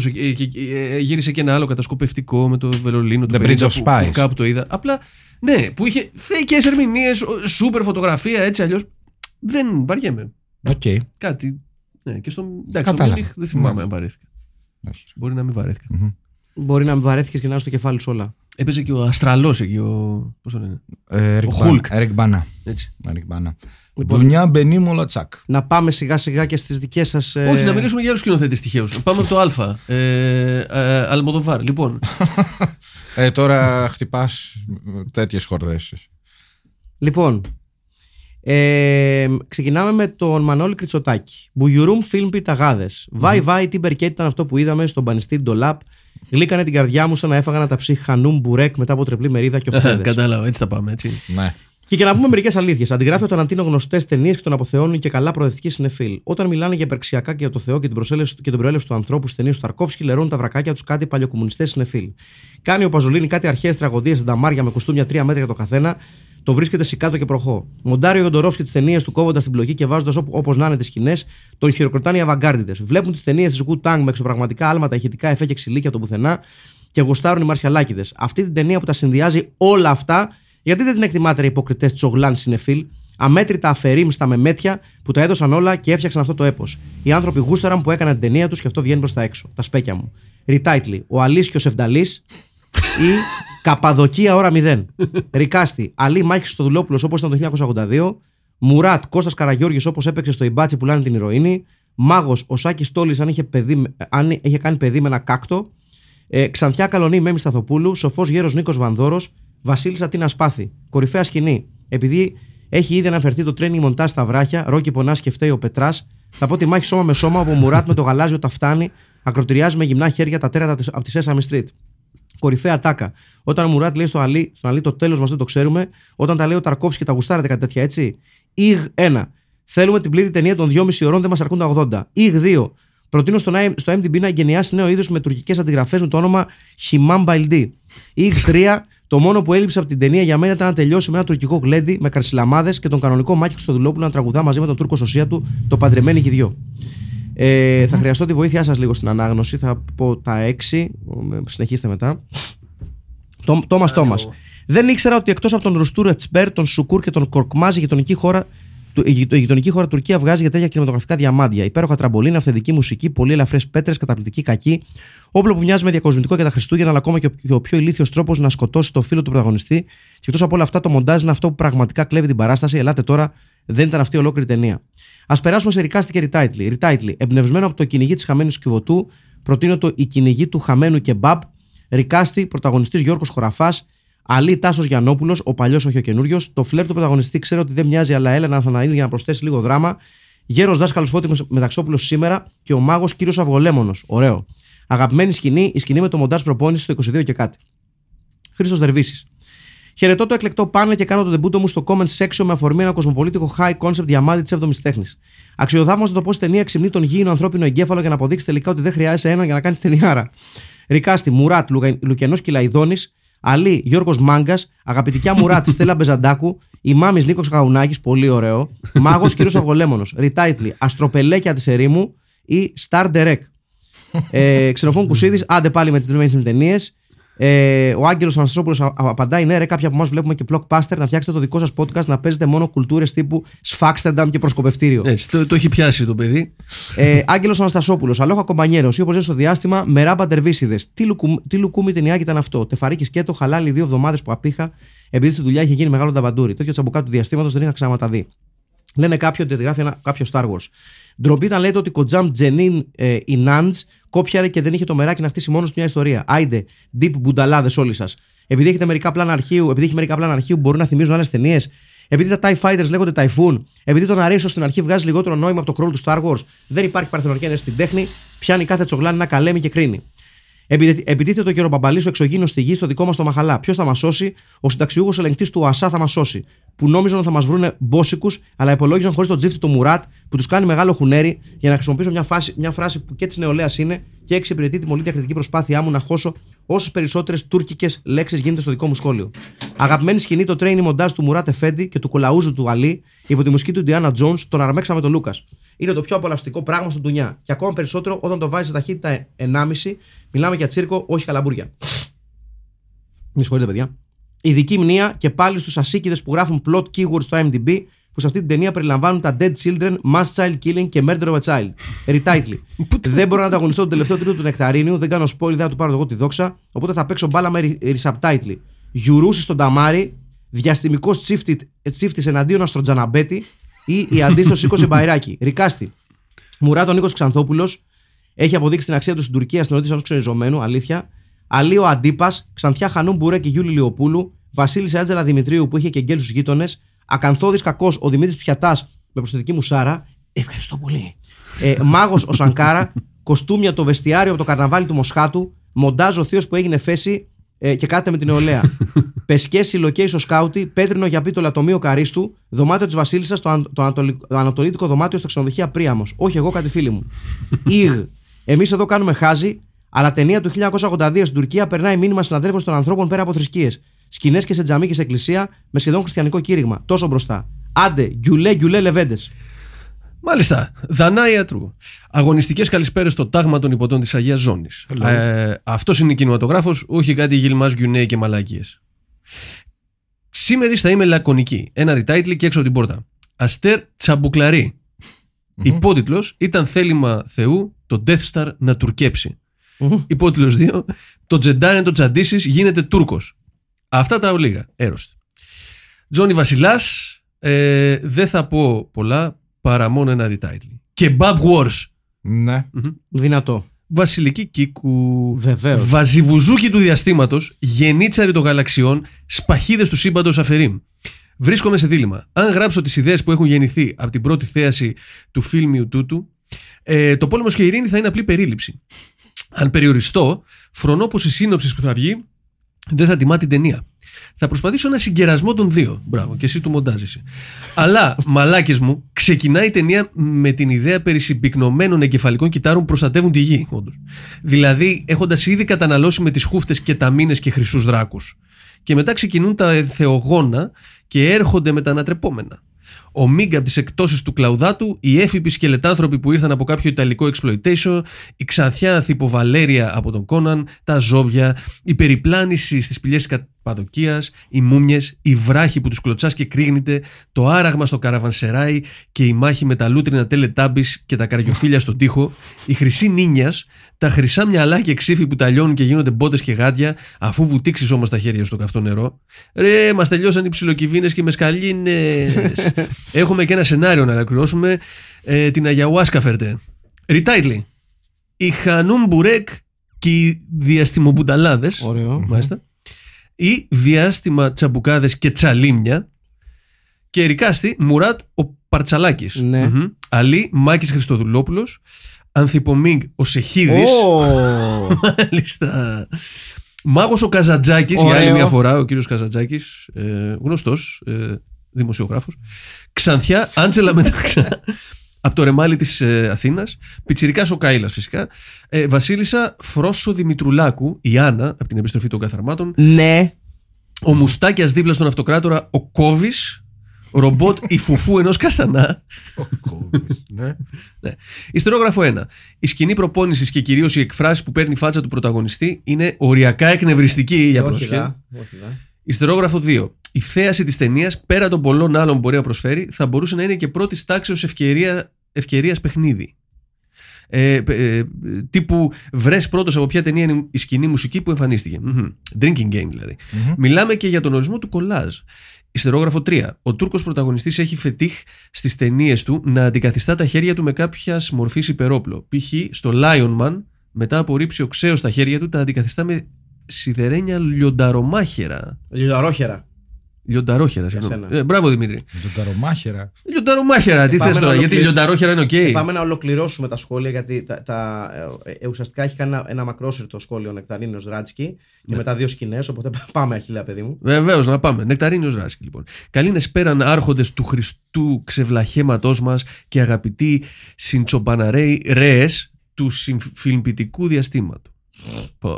Speaker 4: ε, γύρισε και ένα άλλο κατασκοπευτικό με το Βερολίνο. του
Speaker 5: The Bridge
Speaker 4: 50
Speaker 5: of
Speaker 4: που-
Speaker 5: Spies.
Speaker 4: που Κάπου το είδα. Απλά ναι, που είχε θεϊκές ερμηνείες, σούπερ φωτογραφία έτσι αλλιώς. Δεν βαριέμαι.
Speaker 5: Οκ.
Speaker 4: Κάτι. Ναι, και στον. Εντάξει, στο
Speaker 5: Κατάλαβα.
Speaker 4: Μιούνιχ δεν θυμάμαι
Speaker 5: Ναι.
Speaker 4: αν βαρέθηκα.
Speaker 5: Όχι.
Speaker 4: Μπορεί να μην βαρέθηκα.
Speaker 5: Μμμ.
Speaker 3: Μπορεί να με βαρέθηκες και να είναι στο κεφάλι σου όλα.
Speaker 4: Έπαιζε και ο Αστραλός εκεί, ο. Πώς το λένε.
Speaker 5: Ε, Eric
Speaker 4: Ο
Speaker 5: Bana.
Speaker 4: Hulk.
Speaker 5: Eric Bana.
Speaker 4: Έτσι.
Speaker 5: Eric Bana.
Speaker 3: Λοιπόν.
Speaker 5: Μπουνιά Μπενί Μολατσάκ.
Speaker 3: Να πάμε σιγά σιγά και στις δικές σας.
Speaker 5: Ε.
Speaker 4: Όχι, να μιλήσουμε για άλλους σκηνοθέτες τυχαίου. Πάμε από το Α. Ε, ε, Αλμοδοβάρ. Λοιπόν,
Speaker 5: Ε, τώρα χτυπάς τέτοιες χορδές.
Speaker 3: Λοιπόν, ε, ξεκινάμε με τον Μανώλη Κριτσοτάκη. Μπουγιουρούμ φιλμ πιταγάδες. Βάι βάι, τι μπερκέτ ήταν αυτό που είδαμε στον πανιστή Ντολάπ. Γλίκανε την καρδιά μου σαν να έφαγα να τα χανούμ μπουρέκ μετά από τρεπλή μερίδα και
Speaker 4: (laughs)
Speaker 3: οφθέδε.
Speaker 4: Ε, κατάλαβα, έτσι θα πάμε. Έτσι.
Speaker 5: Ναι.
Speaker 3: και για να πούμε μερικές αλήθειες. Αντιγράφει ο Ταραντίνο γνωστές ταινίες και τον αποθεώνουν και καλά προοδευτικοί συνεφίλ. Όταν μιλάνε για υπερξιακά και για το Θεό και την, προσέλευση- και την προέλευση του ανθρώπου στις ταινίες του Ταρκόφσκι, λερώνουν τα βρακάκια τους κάτι παλιοκομμουνιστές συνεφίλ. Κάνει ο Παζολίνη κάτι αρχαίες τραγωδίες στην ταμάρια με κουστούμια τρία μέτρα για το καθένα. Το βρίσκεται σικάτο και προχώ. Μοντάρει ο Γιοντορόφσκι τις ταινίες του κόβοντας την πλοκή και βάζοντας όπως να είναι τις σκηνές, τον χειροκροτάνε οι αβαγκάρδιδες. Βλέπουν τις ταινίες της Wu Tang με εξωπραγματικά άλματα, ηχητικά εφέ και ξυλίκια από το πουθενά και γουστάρουν οι μαρσιαλάκιδες. Αυτή την ταινία που τα συνδυάζει όλα αυτά, γιατί δεν την εκτιμάτε οι υποκριτέ τη Ογλάν Σινεφίλ, αμέτρητα αφαιρείμ στα μεμέτια που τα έδωσαν όλα και έφτιαξαν αυτό το έπος. Οι άνθρωποι γούσταραν που έκαναν την ταινία τους και αυτό βγαίνει προς τα έξω. Τα σπέκια μου. Ριτάιτλι, ο Αλίσιο Ευδαλή ή Καπαδοκία ώρα 0. Ρικάστη, Αλή Μάχης στο Δουλόπουλο όπως ήταν το 1982. Μουράτ, Κώστας Καραγιώργης όπως έπαιξε στο Ιμπάτσι που λάνε την ηρωίνη. Μάγος, ο Σάκης Τόλη αν, είχε παιδί με- αν είχε κάνει παιδί με ένα κάκτο. Ε, Ξανθιά Καλονή Μέμης Σταθοπούλου, σοφός γέρος Νίκος Βανδόρος, Βασίλισσα Τίνα Σπάθη. Κορυφαία σκηνή. Επειδή έχει ήδη αναφερθεί το τρένι μοντά στα βράχια, ρόκι πονάς και φταίει ο Πετράς, θα πω τη μάχη σώμα με σώμα όπου ο Μουράτ με το γαλάζιο τα φτάνει, ακροτηριάζει με γυμνά χέρια τα τέρατα της- από τη Sesame Street. Κορυφαία τάκα. Όταν ο Μουράτ λέει στο Αλή, στον Αλή το τέλος μας δεν το ξέρουμε, όταν τα λέει ο Ταρκόφσκι και τα γουστάρετε κάτι τέτοια έτσι. Ιγ 1. Θέλουμε την πλήρη ταινία των 2,5 ώρων, δεν μας αρκούν τα 80. Ιγ 2. Προτείνω στο, IM- στο MDB να εγκαινιάσει νέο είδος με τουρκικές αντιγραφές με το όνομα Χιμάμ Μπαϊλντί. Ιγ 3. Το μόνο που έλειψε από την ταινία για μένα ήταν να τελειώσει με ένα τουρκικό γλέντι με καρσιλαμάδες και τον κανονικό Μάκη Χρυστοδουλόπουλο να τραγουδά μαζί με τον Τούρκο Σωσία του το παντρεμένοι και οι δυο. Ε, θα χρειαστώ τη βοήθειά σας λίγο στην ανάγνωση. Θα πω τα έξι. Ε, Συνεχίστε μετά. Τόμα Τόμα. Δεν ήξερα ότι εκτός από τον Ρουστούρα Τσπέρ, τον Σουκούρ και τον Κορκμάζ, η γειτονική χώρα, του- η γειτο- η γειτονική χώρα Τουρκία βγάζει για τέτοια κινηματογραφικά διαμάντια. Υπέροχα τραμπολίνα, αυθεντική μουσική, πολύ ελαφρές πέτρες, καταπληκτική κακή. Όπλο που μοιάζει με διακοσμητικό και τα Χριστούγεννα, αλλά ακόμα και ο, και ο πιο ηλίθιος τρόπος να σκοτώσει το φίλο του πρωταγωνιστή. Και εκτός από όλα αυτά, το μοντάζ είναι αυτό που πραγματικά κλέβει την παράσταση. Ελάτε τώρα, δεν ήταν αυτή η ολόκληρη ταινία. Ας περάσουμε σε Ρικάστη και Ριτάιτλι. Ριτάιτλι, εμπνευσμένο από το κυνηγή της χαμένης σκυβωτού, προτείνω το Η κυνηγή του χαμένου κεμπάμπ. Ρικάστη, πρωταγωνιστής Γιώργος Χωραφάς. Αλή Τάσος Γιανόπουλο, ο παλιός όχι ο καινούριος. Το φλερ του πρωταγωνιστή ξέρω ότι δεν μοιάζει, αλλά έλα να αναείλει για να προσθέσει λίγο δράμα. Γέρος δάσκαλος Φώτιμος Μεταξόπουλος σήμερα και ο μάγος κύριος Αυγολέμονος. Ωραίο. Αγαπημένη σκηνή, η σκηνή με το μοντάζ προπόνηση στο 22 και κάτι. Χρήστος Δερβίσης. Χαιρετώ το εκλεκτό πάνελ και κάνω τον τεμπούτο μου στο comment section με αφορμή ένα κοσμοπολίτικο high concept διαμάδι τη 7η τέχνη. Αξιοθαύμαστο το πώς η ταινία ξυμνεί τον γήινο ανθρώπινο εγκέφαλο για να αποδείξει τελικά ότι δεν χρειάζεσαι έναν για να κάνεις ταινιάρα. Ρικάστη, Μουράτ, Λουκα- Λουκιανό Κυλαϊδόνης, Αλή, Γιώργος Μάγκας, αγαπητικιά Μουράτ, Στέλλα Μπεζαντάκου, η μάμης Νίκος Καουνάκη, πολύ ωραίο, Μάγος κύριος Αυγολέμονος, Ριτάιτλι, Αστροπελέκια της Ερήμου ή Star Derek. Ε, Ξενοφών Κουσίδης, άντε πάλι με τις δεδομένε ταινίε. Ε, ο Άγγελος Αναστρόπουλο απαντάει: Ναι, ρε, κάποια από εμάς βλέπουμε και blockbuster να φτιάξετε το δικό σας podcast να παίζετε μόνο κουλτούρες τύπου Σφάξτερνταμ και προσκοπευτήριο.
Speaker 4: Έτσι, το, το έχει πιάσει το παιδί.
Speaker 3: Ε, Άγγελος Αναστασόπουλος, αλόχα κομπανιέρο, ή όπως είναι στο διάστημα, με ράμπα τερβίσιδες. Τι, λουκου, τι λουκούμι ταινιάκι ήταν αυτό. Τεφαρίκι σκέτο, χαλάλι δύο εβδομάδες που απήχα, επειδή στη δουλειά είχε γίνει μεγάλο ταβαντούρι. Τέτοιο τσαμπουκά του διαστήματος δεν είχα ξαναματαδεί. Λένε κάποιοι ότι γράφει ένα, κάποιος Star Wars. Ντροπή ήταν λέτε ότι Κοτζάμ Τζενίν ε, η Νάντζ κόπιαρε και δεν είχε το μεράκι να χτίσει μόνος μια ιστορία. Άιντε, deep μπουνταλάδες όλοι σας. Επειδή έχετε μερικά πλάνα αρχείου, επειδή έχει μερικά πλάνα αρχείου που μπορούν να θυμίζουν άλλες ταινίες. Επειδή τα TIE Fighters λέγονται Typhoon. Επειδή τον Αρίσο στην αρχή βγάζει λιγότερο νόημα από το κρόλ του Star Wars. Δεν υπάρχει παρθενορική ένεση στην τέχνη. Πιάνει κάθε τσογλάνι να καλέμει και κρίνει. Επιτε- Επιτίθεται το κύριο Μπαμπαλής ο εξωγήινος στη γη στο δικό μας το μαχαλά. Ποιος θα μας σώσει, ο συνταξιούχος ελεγκτής του ΟΑΣΑ θα μας σώσει. Που νόμιζαν ότι θα μας βρούνε μπόσικους, αλλά υπολόγιζαν χωρίς τον τζίφτη του Μουράτ που τους κάνει μεγάλο χουνέρι για να χρησιμοποιήσω μια, φάση, μια φράση που και της νεολαίας είναι και εξυπηρετεί την πολύ διακριτική προσπάθειά μου να χώσω όσες περισσότερες τουρκικές λέξεις γίνεται στο δικό μου σχόλιο. Αγαπημένη σκηνή το τρέινι μοντάζ του Μουράτ Εφέντη και του κολαούζου του Αλή υπό τη μουσική του Ντιάνα Τζόν τον αρμέξαμε τον Λούκας. Είναι το πιο απολαυστικό πράγμα στον Τουνιά. Και ακόμα περισσότερο όταν το βάζει σε ταχύτητα 1,5, μιλάμε για τσίρκο, όχι καλαμπούρια. Με συγχωρείτε, παιδιά. Ειδική μνήα και πάλι στους ασίκηδες που γράφουν plot keywords στο IMDb που σε αυτή την ταινία περιλαμβάνουν τα Dead Children, Mass Child Killing και Murder of a Child. Retitle. δεν μπορώ να ανταγωνιστώ τον τελευταίο τρίτο του Νεκταρίνιου, δεν κάνω spoil, δεν θα του πάρω εγώ τη δόξα, οπότε θα παίξω μπάλα με re- resubtitle. Γιουρούση στον Ταμάρι, διαστημικό τσίφτη εναντίον Αστροτζαναμπέτη ή η αντίστοση σήκωσε μπαϊράκι. Ρικάστη. Μουράτο Νίκος Ξανθόπουλος έχει αποδείξει την αξία του στην Τουρκία στην ορίτηση ενός ξεριζωμένου, αλήθεια. Αλίο Αντίπας, Ξανθιά Χανούν Μπουρέ και Γιούλη Λιοπούλου, Βασίλισσα Έτζελα Δημητρίου που είχε και γκέλ στου γείτονε, Ακανθόδη Κακός, ο Δημήτρης Πιατάς με προσθετική μου Σάρα. Ευχαριστώ πολύ. Ε, Μάγος ο Σανκάρα, κοστούμια το βεστιάριο από το καρναβάλι του Μοσχάτου, μοντάζ ο Θείος που έγινε φέση ε, και κάθεται με την νεολαία. Πεσκέ συλλοκέι στο σκάουτι, πέτρινο για πίτο λατομείο καρίστου, δωμάτιο της Βασίλισσας, το, αν- το, ανατολι- το ανατολίτικο δωμάτιο στα ξενοδοχεία Πρίαμος. Όχι εγώ, κάτι φίλοι μου. Ιγ. Εμείς εδώ κάνουμε χάζι, αλλά ταινία του 1982 στην Τουρκία περνάει μήνυμα συναδέλφων των ανθρώπων πέρα από θρησκείες. Σκηνές και σε τζαμί και σε εκκλησία με σχεδόν χριστιανικό κήρυγμα. Τόσο μπροστά. Άντε, γκιουλέ, γκιουλέ, λεβέντες.
Speaker 4: Μάλιστα. Δανάη Ιατρού. Αγωνιστικές καλησπέρες στο τάγμα των υποτών της Αγίας Ζώνης. Ε, Αυτός είναι κινηματογράφος, όχι κάτι γυλμά γκιουνέι και μαλακίε. Σήμερα θα είμαι λακωνική. Ένα ρητάιτλι και έξω από την πόρτα. Αστέρ Τσαμπουκλαρή. Υπότιτλος ήταν θέλημα Θεού το Death Star να τουρκέψει. Υπότιτλο 2. Το Τζεντάι να το τσαντήσει γίνεται Τούρκος. Αυτά τα ολίγα. Έρωστη. Τζόνι Βασιλάς. Ε, δεν θα πω πολλά παρά μόνο ένα retitle. Και Bob Wars. (laughs)
Speaker 5: Ναι.
Speaker 3: Δυνατό.
Speaker 4: Βασιλική Κίκου.
Speaker 3: Βεβαίως.
Speaker 4: Βαζιβουζούκι του διαστήματος. Γενίτσαρη των γαλαξιών. Σπαχίδες του σύμπαντος Αφερήμ. Βρίσκομαι σε δίλημα. Αν γράψω τις ιδέες που έχουν γεννηθεί από την πρώτη θέαση του φιλμιου τούτου, ε, το πόλεμος και η ειρήνη θα είναι απλή περίληψη. Αν περιοριστώ, φρονώ πως η σύνοψη που θα βγει δεν θα τιμά την ταινία. Θα προσπαθήσω ένα συγκερασμό των δύο. Μπράβο, και εσύ του μοντάζεσαι. Αλλά, μαλάκες μου, ξεκινάει η ταινία με την ιδέα περί συμπυκνωμένων εγκεφαλικών κυτάρων που προστατεύουν τη γη, όντως. Δηλαδή, έχοντας ήδη καταναλώσει με τις χούφτες και τα μήνες και χρυσούς δράκους. Και μετά ξεκινούν τα θεογόνα και έρχονται με τα ανατρεπόμενα. Ο Μίγκα από τι εκτόσει του Κλαουδάτου, οι έφυποι σκελετάνθρωποι που ήρθαν από κάποιο ιταλικό exploitation, η ξανθιά ανθυποβαλέρια από τον Κόναν, τα ζόμπια, η περιπλάνηση στις πηγέ τη Καπαδοκία, οι μούμιες, η βράχη που τους κλωτσάς και κρύγνεται, το άραγμα στο καραβανσεράι και η μάχη με τα λούτρινα τελετάμπη και τα καριοφίλια στον τοίχο, η χρυσή νίνια, τα χρυσά μυαλά και ξύφη που ταλιώνουν και γίνονται μπότες και γάτια, αφού βουτήξεις όμως τα χέρια στο καυτό νερό. Ρε, μας τελειώσαν οι ψιλοκιβίνε και οι μεσκαλίνες. Έχουμε και ένα σενάριο να ολοκληρώσουμε. Ε, την Αγιαουάσκα φέρτε. Ριτάιτλι. Η Χανούμ Μπουρέκ και οι διαστημομπουταλάδε.
Speaker 3: Ωραίο.
Speaker 4: Μάλιστα. Ή διάστημα τσαμπουκάδες και τσαλίμια. Και ερικάστη Μουράτ ο Παρτσαλάκης.
Speaker 3: Ναι.
Speaker 4: Αλή Μάκης Χριστοδουλόπουλος. Ανθιπομίγκ ο Σεχίδης.
Speaker 3: Ω.
Speaker 4: (laughs) Μάλιστα. Μάγος ο Καζατζάκης, για άλλη
Speaker 3: Ωραίο.
Speaker 4: μια φορά, ο κύριος Καζατζάκης, ε, γνωστός ε, δημοσιογράφος. Ξανθιά, Άντζελα Μεταξά, από το ρεμάλι της ε, Αθήνας. Πιτσυρικά ο Κάιλας, φυσικά. Ε, Βασίλισσα Φρόσο Δημητρουλάκου, η Άννα, από την επιστροφή των καθαρμάτων.
Speaker 3: Ναι.
Speaker 4: Ο Μουστάκιας δίπλα στον αυτοκράτορα, ο Κόβης. Ρομπότ η φουφού ενός καστανά.
Speaker 5: ναι.
Speaker 4: Ναι. Ιστερόγραφο 1. Η σκηνή προπόνησης και κυρίως οι εκφράσει που παίρνει η φάτσα του πρωταγωνιστή είναι οριακά εκνευριστική για πρόσχε. Ιστερόγραφο 2. Η θέαση της ταινίας, πέρα των πολλών άλλων που μπορεί να προσφέρει, θα μπορούσε να είναι και πρώτης τάξεως ευκαιρία ευκαιρίας παιχνίδι. Ε, π- ε, τύπου βρες πρώτος από ποια ταινία είναι η σκηνή μουσική που εμφανίστηκε. Μμμ. Drinking game δηλαδη Μιλάμε και για τον ορισμό του κολάζ. Ιστερόγραφο 3. Ο Τούρκος πρωταγωνιστής έχει φετίχ στις ταινίες του να αντικαθιστά τα χέρια του με κάποιας μορφής υπερόπλο. Π.χ. στο Lion Man, μετά απορρίψει ο ξέο τα χέρια του, τα αντικαθιστά με σιδερένια λιονταρομάχερα.
Speaker 3: Λιονταρόχερα.
Speaker 4: Λιονταρόχερα, συγγνώμη.
Speaker 3: σένα. Ε,
Speaker 4: Ε, μπράβο Δημήτρη.
Speaker 5: Τον ταρομάχερα.
Speaker 4: Λιονταρομάχερα, Ε, τι
Speaker 3: Πάμε
Speaker 4: θε
Speaker 3: να
Speaker 4: τώρα, γιατί
Speaker 3: ολοκληρώσουμε. Ε,
Speaker 4: λιονταρόχερα είναι οκ.
Speaker 3: Πάμε να ολοκληρώσουμε τα σχόλια, γιατί τα, τα, ε, ε, ουσιαστικά έχει κάνει ένα, ένα μακρόσυρτο σχόλιο ο Νεκταρίνος Ράτσκι και
Speaker 4: Ναι.
Speaker 3: μετά δύο σκηνές. Οπότε πάμε, Αχιλέα, παιδί μου.
Speaker 4: Βεβαίως, να πάμε. Νεκταρίνιο Ράσκη, λοιπόν. Καλήνε πέραν άρχοντες του Χριστού ξεβλαχέματός μας και αγαπητοί συντσομπαναρέοι ρέες του συμφιλμπητικού διαστήματος. Πω.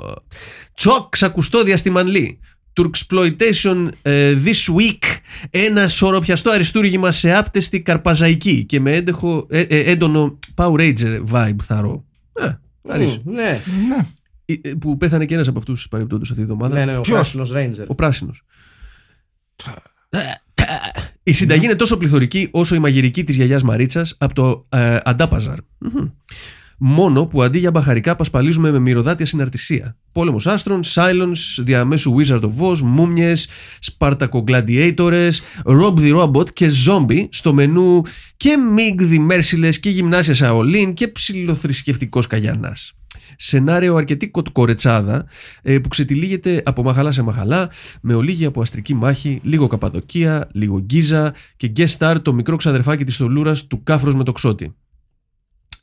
Speaker 4: Τσοκ, ξακουστό διαστημανλή. Turksploitation ε, this week. Ένα σωροπιαστό αριστούργημα σε άπτεστη καρπαζαϊκή και με έντεχο, ε, ε, έντονο Power Ranger vibe θαρώ. Ε, αρέσει.
Speaker 3: Μμ, Ναι,
Speaker 5: Ναι.
Speaker 4: Ε, ε, Που πέθανε και ένας από αυτούς παρεμπιπτόντως αυτή τη βδομάδα.
Speaker 3: ναι, ναι, ο
Speaker 5: Ποιος?
Speaker 3: πράσινος Ρέιντζερ.
Speaker 4: Ο πράσινος. Η
Speaker 3: Ναι.
Speaker 4: συνταγή είναι τόσο πληθωρική όσο η μαγειρική της γιαγιάς Μαρίτσας από το ε, Αντάπαζαρ. Μμμ. Μόνο που αντί για μπαχαρικά πασπαλίζουμε με μυρωδάτια συναρτησία. Πόλεμος άστρων, Silence, διαμέσου Wizard of Oz, Μούμιες, Spartaco Gladiators, Rob the Robot και Zombie στο μενού και Mig the Merciless και Γυμνάσια Σαολίν και ψηλοθρησκευτικός Καγιανάς. Σενάριο αρκετή κοτκορετσάδα ε, που ξετυλίγεται από μαχαλά σε μαχαλά με ολίγη από αστρική μάχη, λίγο Καπαδοκία, λίγο Γκίζα και guest star το μικρό ξαδερφάκι της Θολούρας του Κάφρος με το Ξώτη.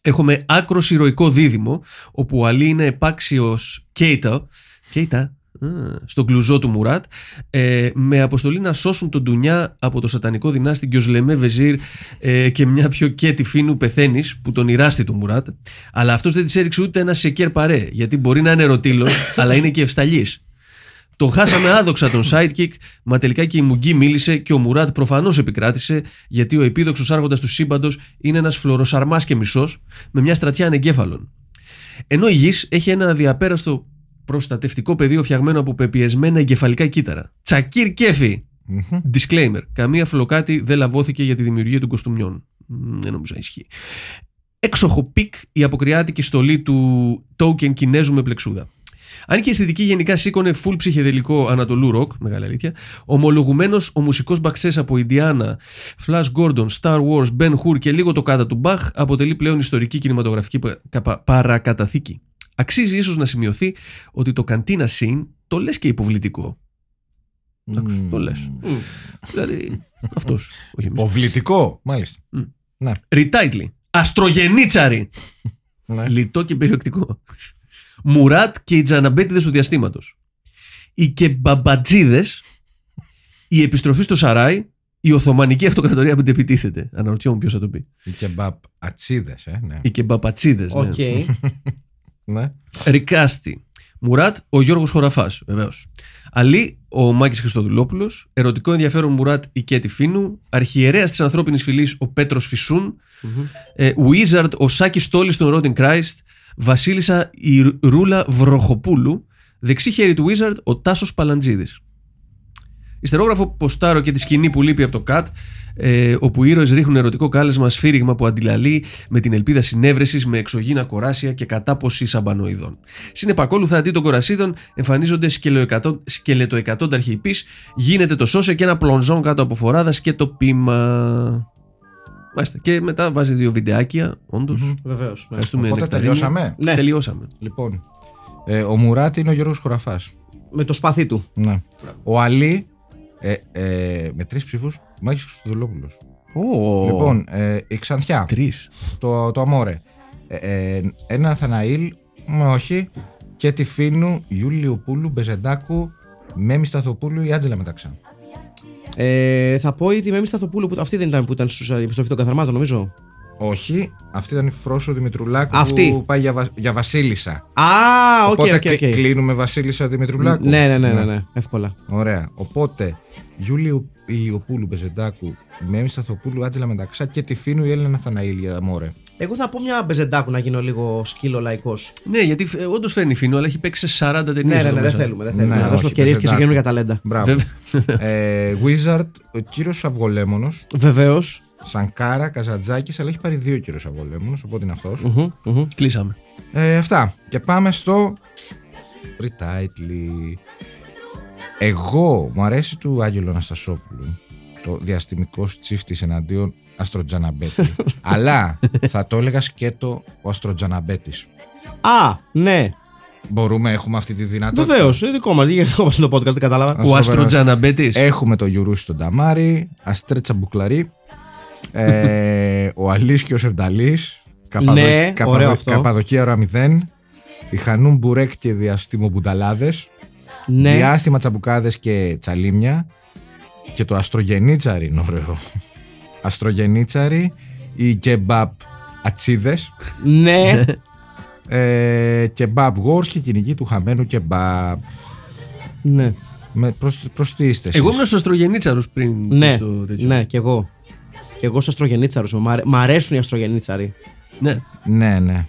Speaker 4: Έχουμε άκρο ηρωικό δίδυμο, όπου ο Αλή είναι επάξιος Κέιτα. Κέιτα. α, Στον κλουζό του Μουράτ, ε, με αποστολή να σώσουν τον Ντουνιά από το σατανικό δυνάστη Γκιοσλεμέ Βεζίρ ε, και μια πιο κέτη φίνου πεθαίνεις που τον ηράστη του Μουράτ. Αλλά αυτός δεν της έριξε ούτε ένα σεκέρ παρέ, γιατί μπορεί να είναι ροτήλο, αλλά είναι και ευσταλής. Τον χάσαμε άδοξα τον sidekick, μα τελικά και η Μουγκή μίλησε και ο Μουράτ προφανώς επικράτησε, γιατί ο επίδοξος άρχοντα του σύμπαντος είναι ένας φλωροσαρμάς και μισός με μια στρατιά ανεγκέφαλων. Ενώ η γης έχει ένα διαπέραστο προστατευτικό πεδίο φτιαγμένο από πεπιεσμένα εγκεφαλικά κύτταρα. Τσακίρ κέφι!
Speaker 5: Μμμ.
Speaker 4: Disclaimer. Καμία φλοκάτη δεν λαβώθηκε για τη δημιουργία των κοστούμιών. Μ, Δεν νομίζω να ισχύει. Έξοχο πικ η αποκριάτικη στολή του token Κινέζου με πλεξούδα. Αν και η αισθητική γενικά σήκωνε full ψυχεδελικό Ανατολού ροκ, μεγάλη αλήθεια, ομολογουμένως ο μουσικός μπαξές από Ιντιάνα, Flash Gordon, Star Wars, Ben Hur και λίγο το κάτα του Μπαχ αποτελεί πλέον ιστορική κινηματογραφική πα- καπα- παρακαταθήκη. Αξίζει ίσως να σημειωθεί ότι το καντίνα scene το λες και υποβλητικό. Εντάξει,
Speaker 5: Μμμ.
Speaker 4: το λες. Δηλαδή, αυτός. Όχι εμείς.
Speaker 5: Ποβλητικό, μάλιστα.
Speaker 4: Ριτάιτλι. Αστρογενίτσαρι.
Speaker 5: Ναι.
Speaker 4: Λιτό και περιοκτικό. Μουράτ και οι τζαναμπέτιδες του διαστήματος. Οι κεμπαμπατζίδες. Η επιστροφή στο Σαράι. Η Οθωμανική Αυτοκρατορία που την επιτίθεται. Αναρωτιόμουν ποιος θα το πει.
Speaker 5: Οι κεμπαπ ατσίδες, ε, ναι.
Speaker 4: Οι ναι. κεμπαπατσίδε.
Speaker 3: Οκ.
Speaker 4: (laughs)
Speaker 5: ναι.
Speaker 4: Ρικάστη. Μουράτ, ο Γιώργος Χωραφάς, βεβαίως. Αλή, ο Μάκης Χριστοδουλόπουλος. Ερωτικό ενδιαφέρον Μουράτ, η Κέτη Φίνου. Αρχιερέας της ανθρώπινης φυλής, ο Πέτρος Φυσούν. Ε, Wizard, ο Σάκης Τόλη των Ρότιν Κράιστ. Βασίλισσα, η Ρ- Ρούλα Βροχοπούλου. Δεξί χέρι του Wizard, ο Τάσος Παλαντζίδης. Ιστερόγραφο ποστάρω και τη σκηνή που λείπει από το ΚΑΤ, ε, όπου οι ήρωες ρίχνουν ερωτικό κάλεσμα σφύριγμα που αντιλαλεί με την ελπίδα συνέβρεσης με εξωγήνα κοράσια και κατάποση σαμπανοειδών. Συνεπακόλουθα αντί των κορασίδων εμφανίζονται σκελοεκατό- σκελετοεκατόνταρχοι υπείς, γίνεται το σώσε και ένα πλονζόν κάτω από φοράδας και το πείμα. Μάλιστα. Και μετά βάζει δύο βιντεάκια, όντως.
Speaker 3: Βεβαίω.
Speaker 4: Ευχαριστούμε,
Speaker 5: Οπότε
Speaker 4: Νεκταρίνη.
Speaker 5: τελειώσαμε.
Speaker 3: Ναι,
Speaker 4: Τελειώσαμε.
Speaker 5: Λοιπόν, ε, ο Μουράτη είναι ο Γιώργος Χουραφάς.
Speaker 3: με το σπαθί του.
Speaker 5: Ναι. Ο Αλή, ε, ε, με τρεις ψήφους, Μάκης Χριστοδουλόπουλος. Λοιπόν, ε, η Ξανθιά,
Speaker 4: Τρεις.
Speaker 5: το, το Αμόρε. Ε, ε, ένα Θαναήλ, με όχι, και τη Φίνου, Γιούλιοπούλου, Μπεζεντάκου, Μέμη Σταθοπούλου, η Άντζελα μεταξύ.
Speaker 3: Ε, θα πω ότι με εμεί Σταθοπούλου που αυτή δεν ήταν που ήταν στους ε, επιστροφή των καθαρμάτων, νομίζω.
Speaker 5: Όχι, αυτή ήταν η Φρόσο Δημητρουλάκου
Speaker 3: Αυτή.
Speaker 5: που πάει για, βα- για Βασίλισσα.
Speaker 3: Α, οκ,
Speaker 5: Οπότε
Speaker 3: οκ,
Speaker 5: κλει-
Speaker 3: οκ.
Speaker 5: κλείνουμε Βασίλισσα Δημητρουλάκου.
Speaker 3: Ναι, ναι, ναι, ναι, ναι, εύκολα.
Speaker 5: Ωραία. Οπότε, Γιούλιο Ηλιοπούλου Μπεζεντάκου, Μέμη Σταθοπούλου, Άντζελα Μεταξά και τη Φίνου η Έλληνα Θαναήλ για μόρε.
Speaker 3: Εγώ θα πω μια μπεζεντάκου να γίνω λίγο σκύλο λαϊκός.
Speaker 4: Ναι, γιατί ε, όντως φέρνει φίνο, αλλά έχει παίξει σε 40 ταινίες.
Speaker 3: Ναι, ναι,
Speaker 4: εδώ
Speaker 3: ναι, δεν
Speaker 4: μέσα.
Speaker 3: θέλουμε. Δεν θέλουμε.
Speaker 5: Ναι,
Speaker 3: να δώσουμε
Speaker 5: όχι,
Speaker 3: ευκαιρίε και σε
Speaker 5: μπεζεντάκου.
Speaker 3: καινούργια ταλέντα.
Speaker 5: Μπράβο.
Speaker 4: Βέβαια.
Speaker 5: ε, Wizard, ο κύριος Αυγολέμονο,
Speaker 3: Βεβαίως.
Speaker 5: Σανκάρα, Καζατζάκης, αλλά έχει πάρει δύο κύριος Αυγολέμονο, οπότε είναι αυτός.
Speaker 4: Κλείσαμε.
Speaker 5: Ε, αυτά. Και πάμε στο. Retitle. Εγώ μου αρέσει του Άγγελο Αναστασόπουλου το διαστημικός τσίφτης εναντίον
Speaker 3: (laughs)
Speaker 5: Αστροτζαναμπέτη. Αλλά θα το έλεγα σκέτο ο Αστροτζαναμπέτης.
Speaker 3: Α, ναι.
Speaker 5: Μπορούμε, έχουμε αυτή τη δυνατότητα.
Speaker 3: Βεβαίως. Είναι δικό μας. Γιατί δικό μα είναι το podcast, δεν κατάλαβα.
Speaker 5: Ας
Speaker 4: Ο
Speaker 5: το
Speaker 4: Αστροτζαναμπέτης.
Speaker 5: Έχουμε το Γιουρούσι τον Ταμάρι, Αστρέτσα Μπουκλαρί, ε, ο Αλής και ο Σεβδαλής, Καπαδοκ-
Speaker 3: Ναι,
Speaker 5: Καπαδο-
Speaker 3: ωραίο αυτό.
Speaker 5: Καπαδοκία ώρα 0, η Χανούν Μπουρέκ και Διαστήμο Μπουνταλάδες,
Speaker 3: Ναι.
Speaker 5: Διάστημα Τσαμπουκάδες και Τσαλίμια και το Αστρογενίτσαρι είναι ωραίο. Αστρογενίτσαρι, οι Κεμπαπ Ατσίδες,
Speaker 3: Ναι.
Speaker 5: ε, Κεμπαπ Γόρς και κυνηγή του χαμένου Κεμπαπ.
Speaker 3: Ναι.
Speaker 5: Με, προς, προς τι είστε
Speaker 4: Εγώ
Speaker 5: εσείς?
Speaker 4: ήμουν στο Αστρογενίτσαρο πριν
Speaker 3: Ναι.
Speaker 4: στο τέτοιο.
Speaker 3: Ναι, κι εγώ. Κι εγώ αστρογενίτσαρο. Μ' αρέσουν οι αστρογενίτσαροι.
Speaker 4: Ναι.
Speaker 5: Ναι, ναι.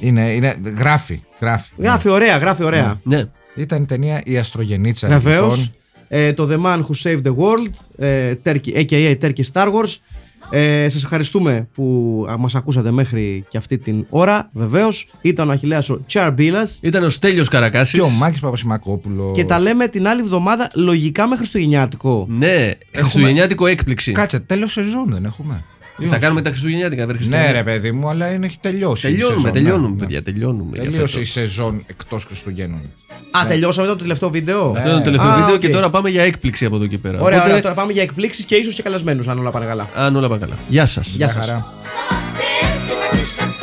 Speaker 5: Είναι, είναι, γράφει, γράφει.
Speaker 3: Γράφει ωραία, γράφει ωραία.
Speaker 4: ναι.
Speaker 5: Ήταν η ταινία Η Αστρογενίτσα.
Speaker 3: Βεβαίως.
Speaker 5: λοιπόν.
Speaker 3: Ε, το The Man Who Saved the World, ε, Turkey, aka Turkey Star Wars. Ε, σας ευχαριστούμε που α, μας ακούσατε μέχρι και αυτή την ώρα. Βεβαίως, ήταν ο Αχιλέας ο Τσαρμπίλας.
Speaker 4: Ήταν ο Στέλιος Καρακάσης.
Speaker 5: Και ο Μάκης Παπασημακόπουλος.
Speaker 3: Και τα λέμε την άλλη εβδομάδα λογικά με Χριστουγεννιάτικο.
Speaker 4: Ναι, Χριστουγεννιάτικο έκπληξη.
Speaker 5: Κάτσε, τέλος σεζόν δεν έχουμε.
Speaker 4: Θα κάνουμε τα Χριστουγεννιάτικα, δεν
Speaker 5: Ναι, ρε παιδί μου, αλλά είναι, έχει τελειώσει. η
Speaker 4: Τελειώνουμε,
Speaker 5: σεζόν,
Speaker 4: τελειώνουμε,
Speaker 5: ναι,
Speaker 4: παιδιά,
Speaker 5: ναι.
Speaker 4: τελειώνουμε. για
Speaker 5: Τελείωσε η
Speaker 4: φέτος.
Speaker 5: σεζόν εκτός Χριστουγέννων.
Speaker 3: Α, τελειώσαμε τώρα το τελευταίο βίντεο.
Speaker 4: Αυτό ήταν το τελευταίο
Speaker 3: Α,
Speaker 4: βίντεο
Speaker 3: οκ.
Speaker 4: και τώρα πάμε για έκπληξη από εδώ και πέρα.
Speaker 3: Ωραία,
Speaker 4: Οπότε,
Speaker 3: ωραία, τώρα πάμε για εκπλήξεις και ίσως και καλεσμένους αν όλα πάνε καλά.
Speaker 4: Αν όλα πάνε καλά. Γεια σας.
Speaker 3: Γεια
Speaker 5: Μια
Speaker 3: σας.
Speaker 5: χαρά.
Speaker 6: Lost in the delicious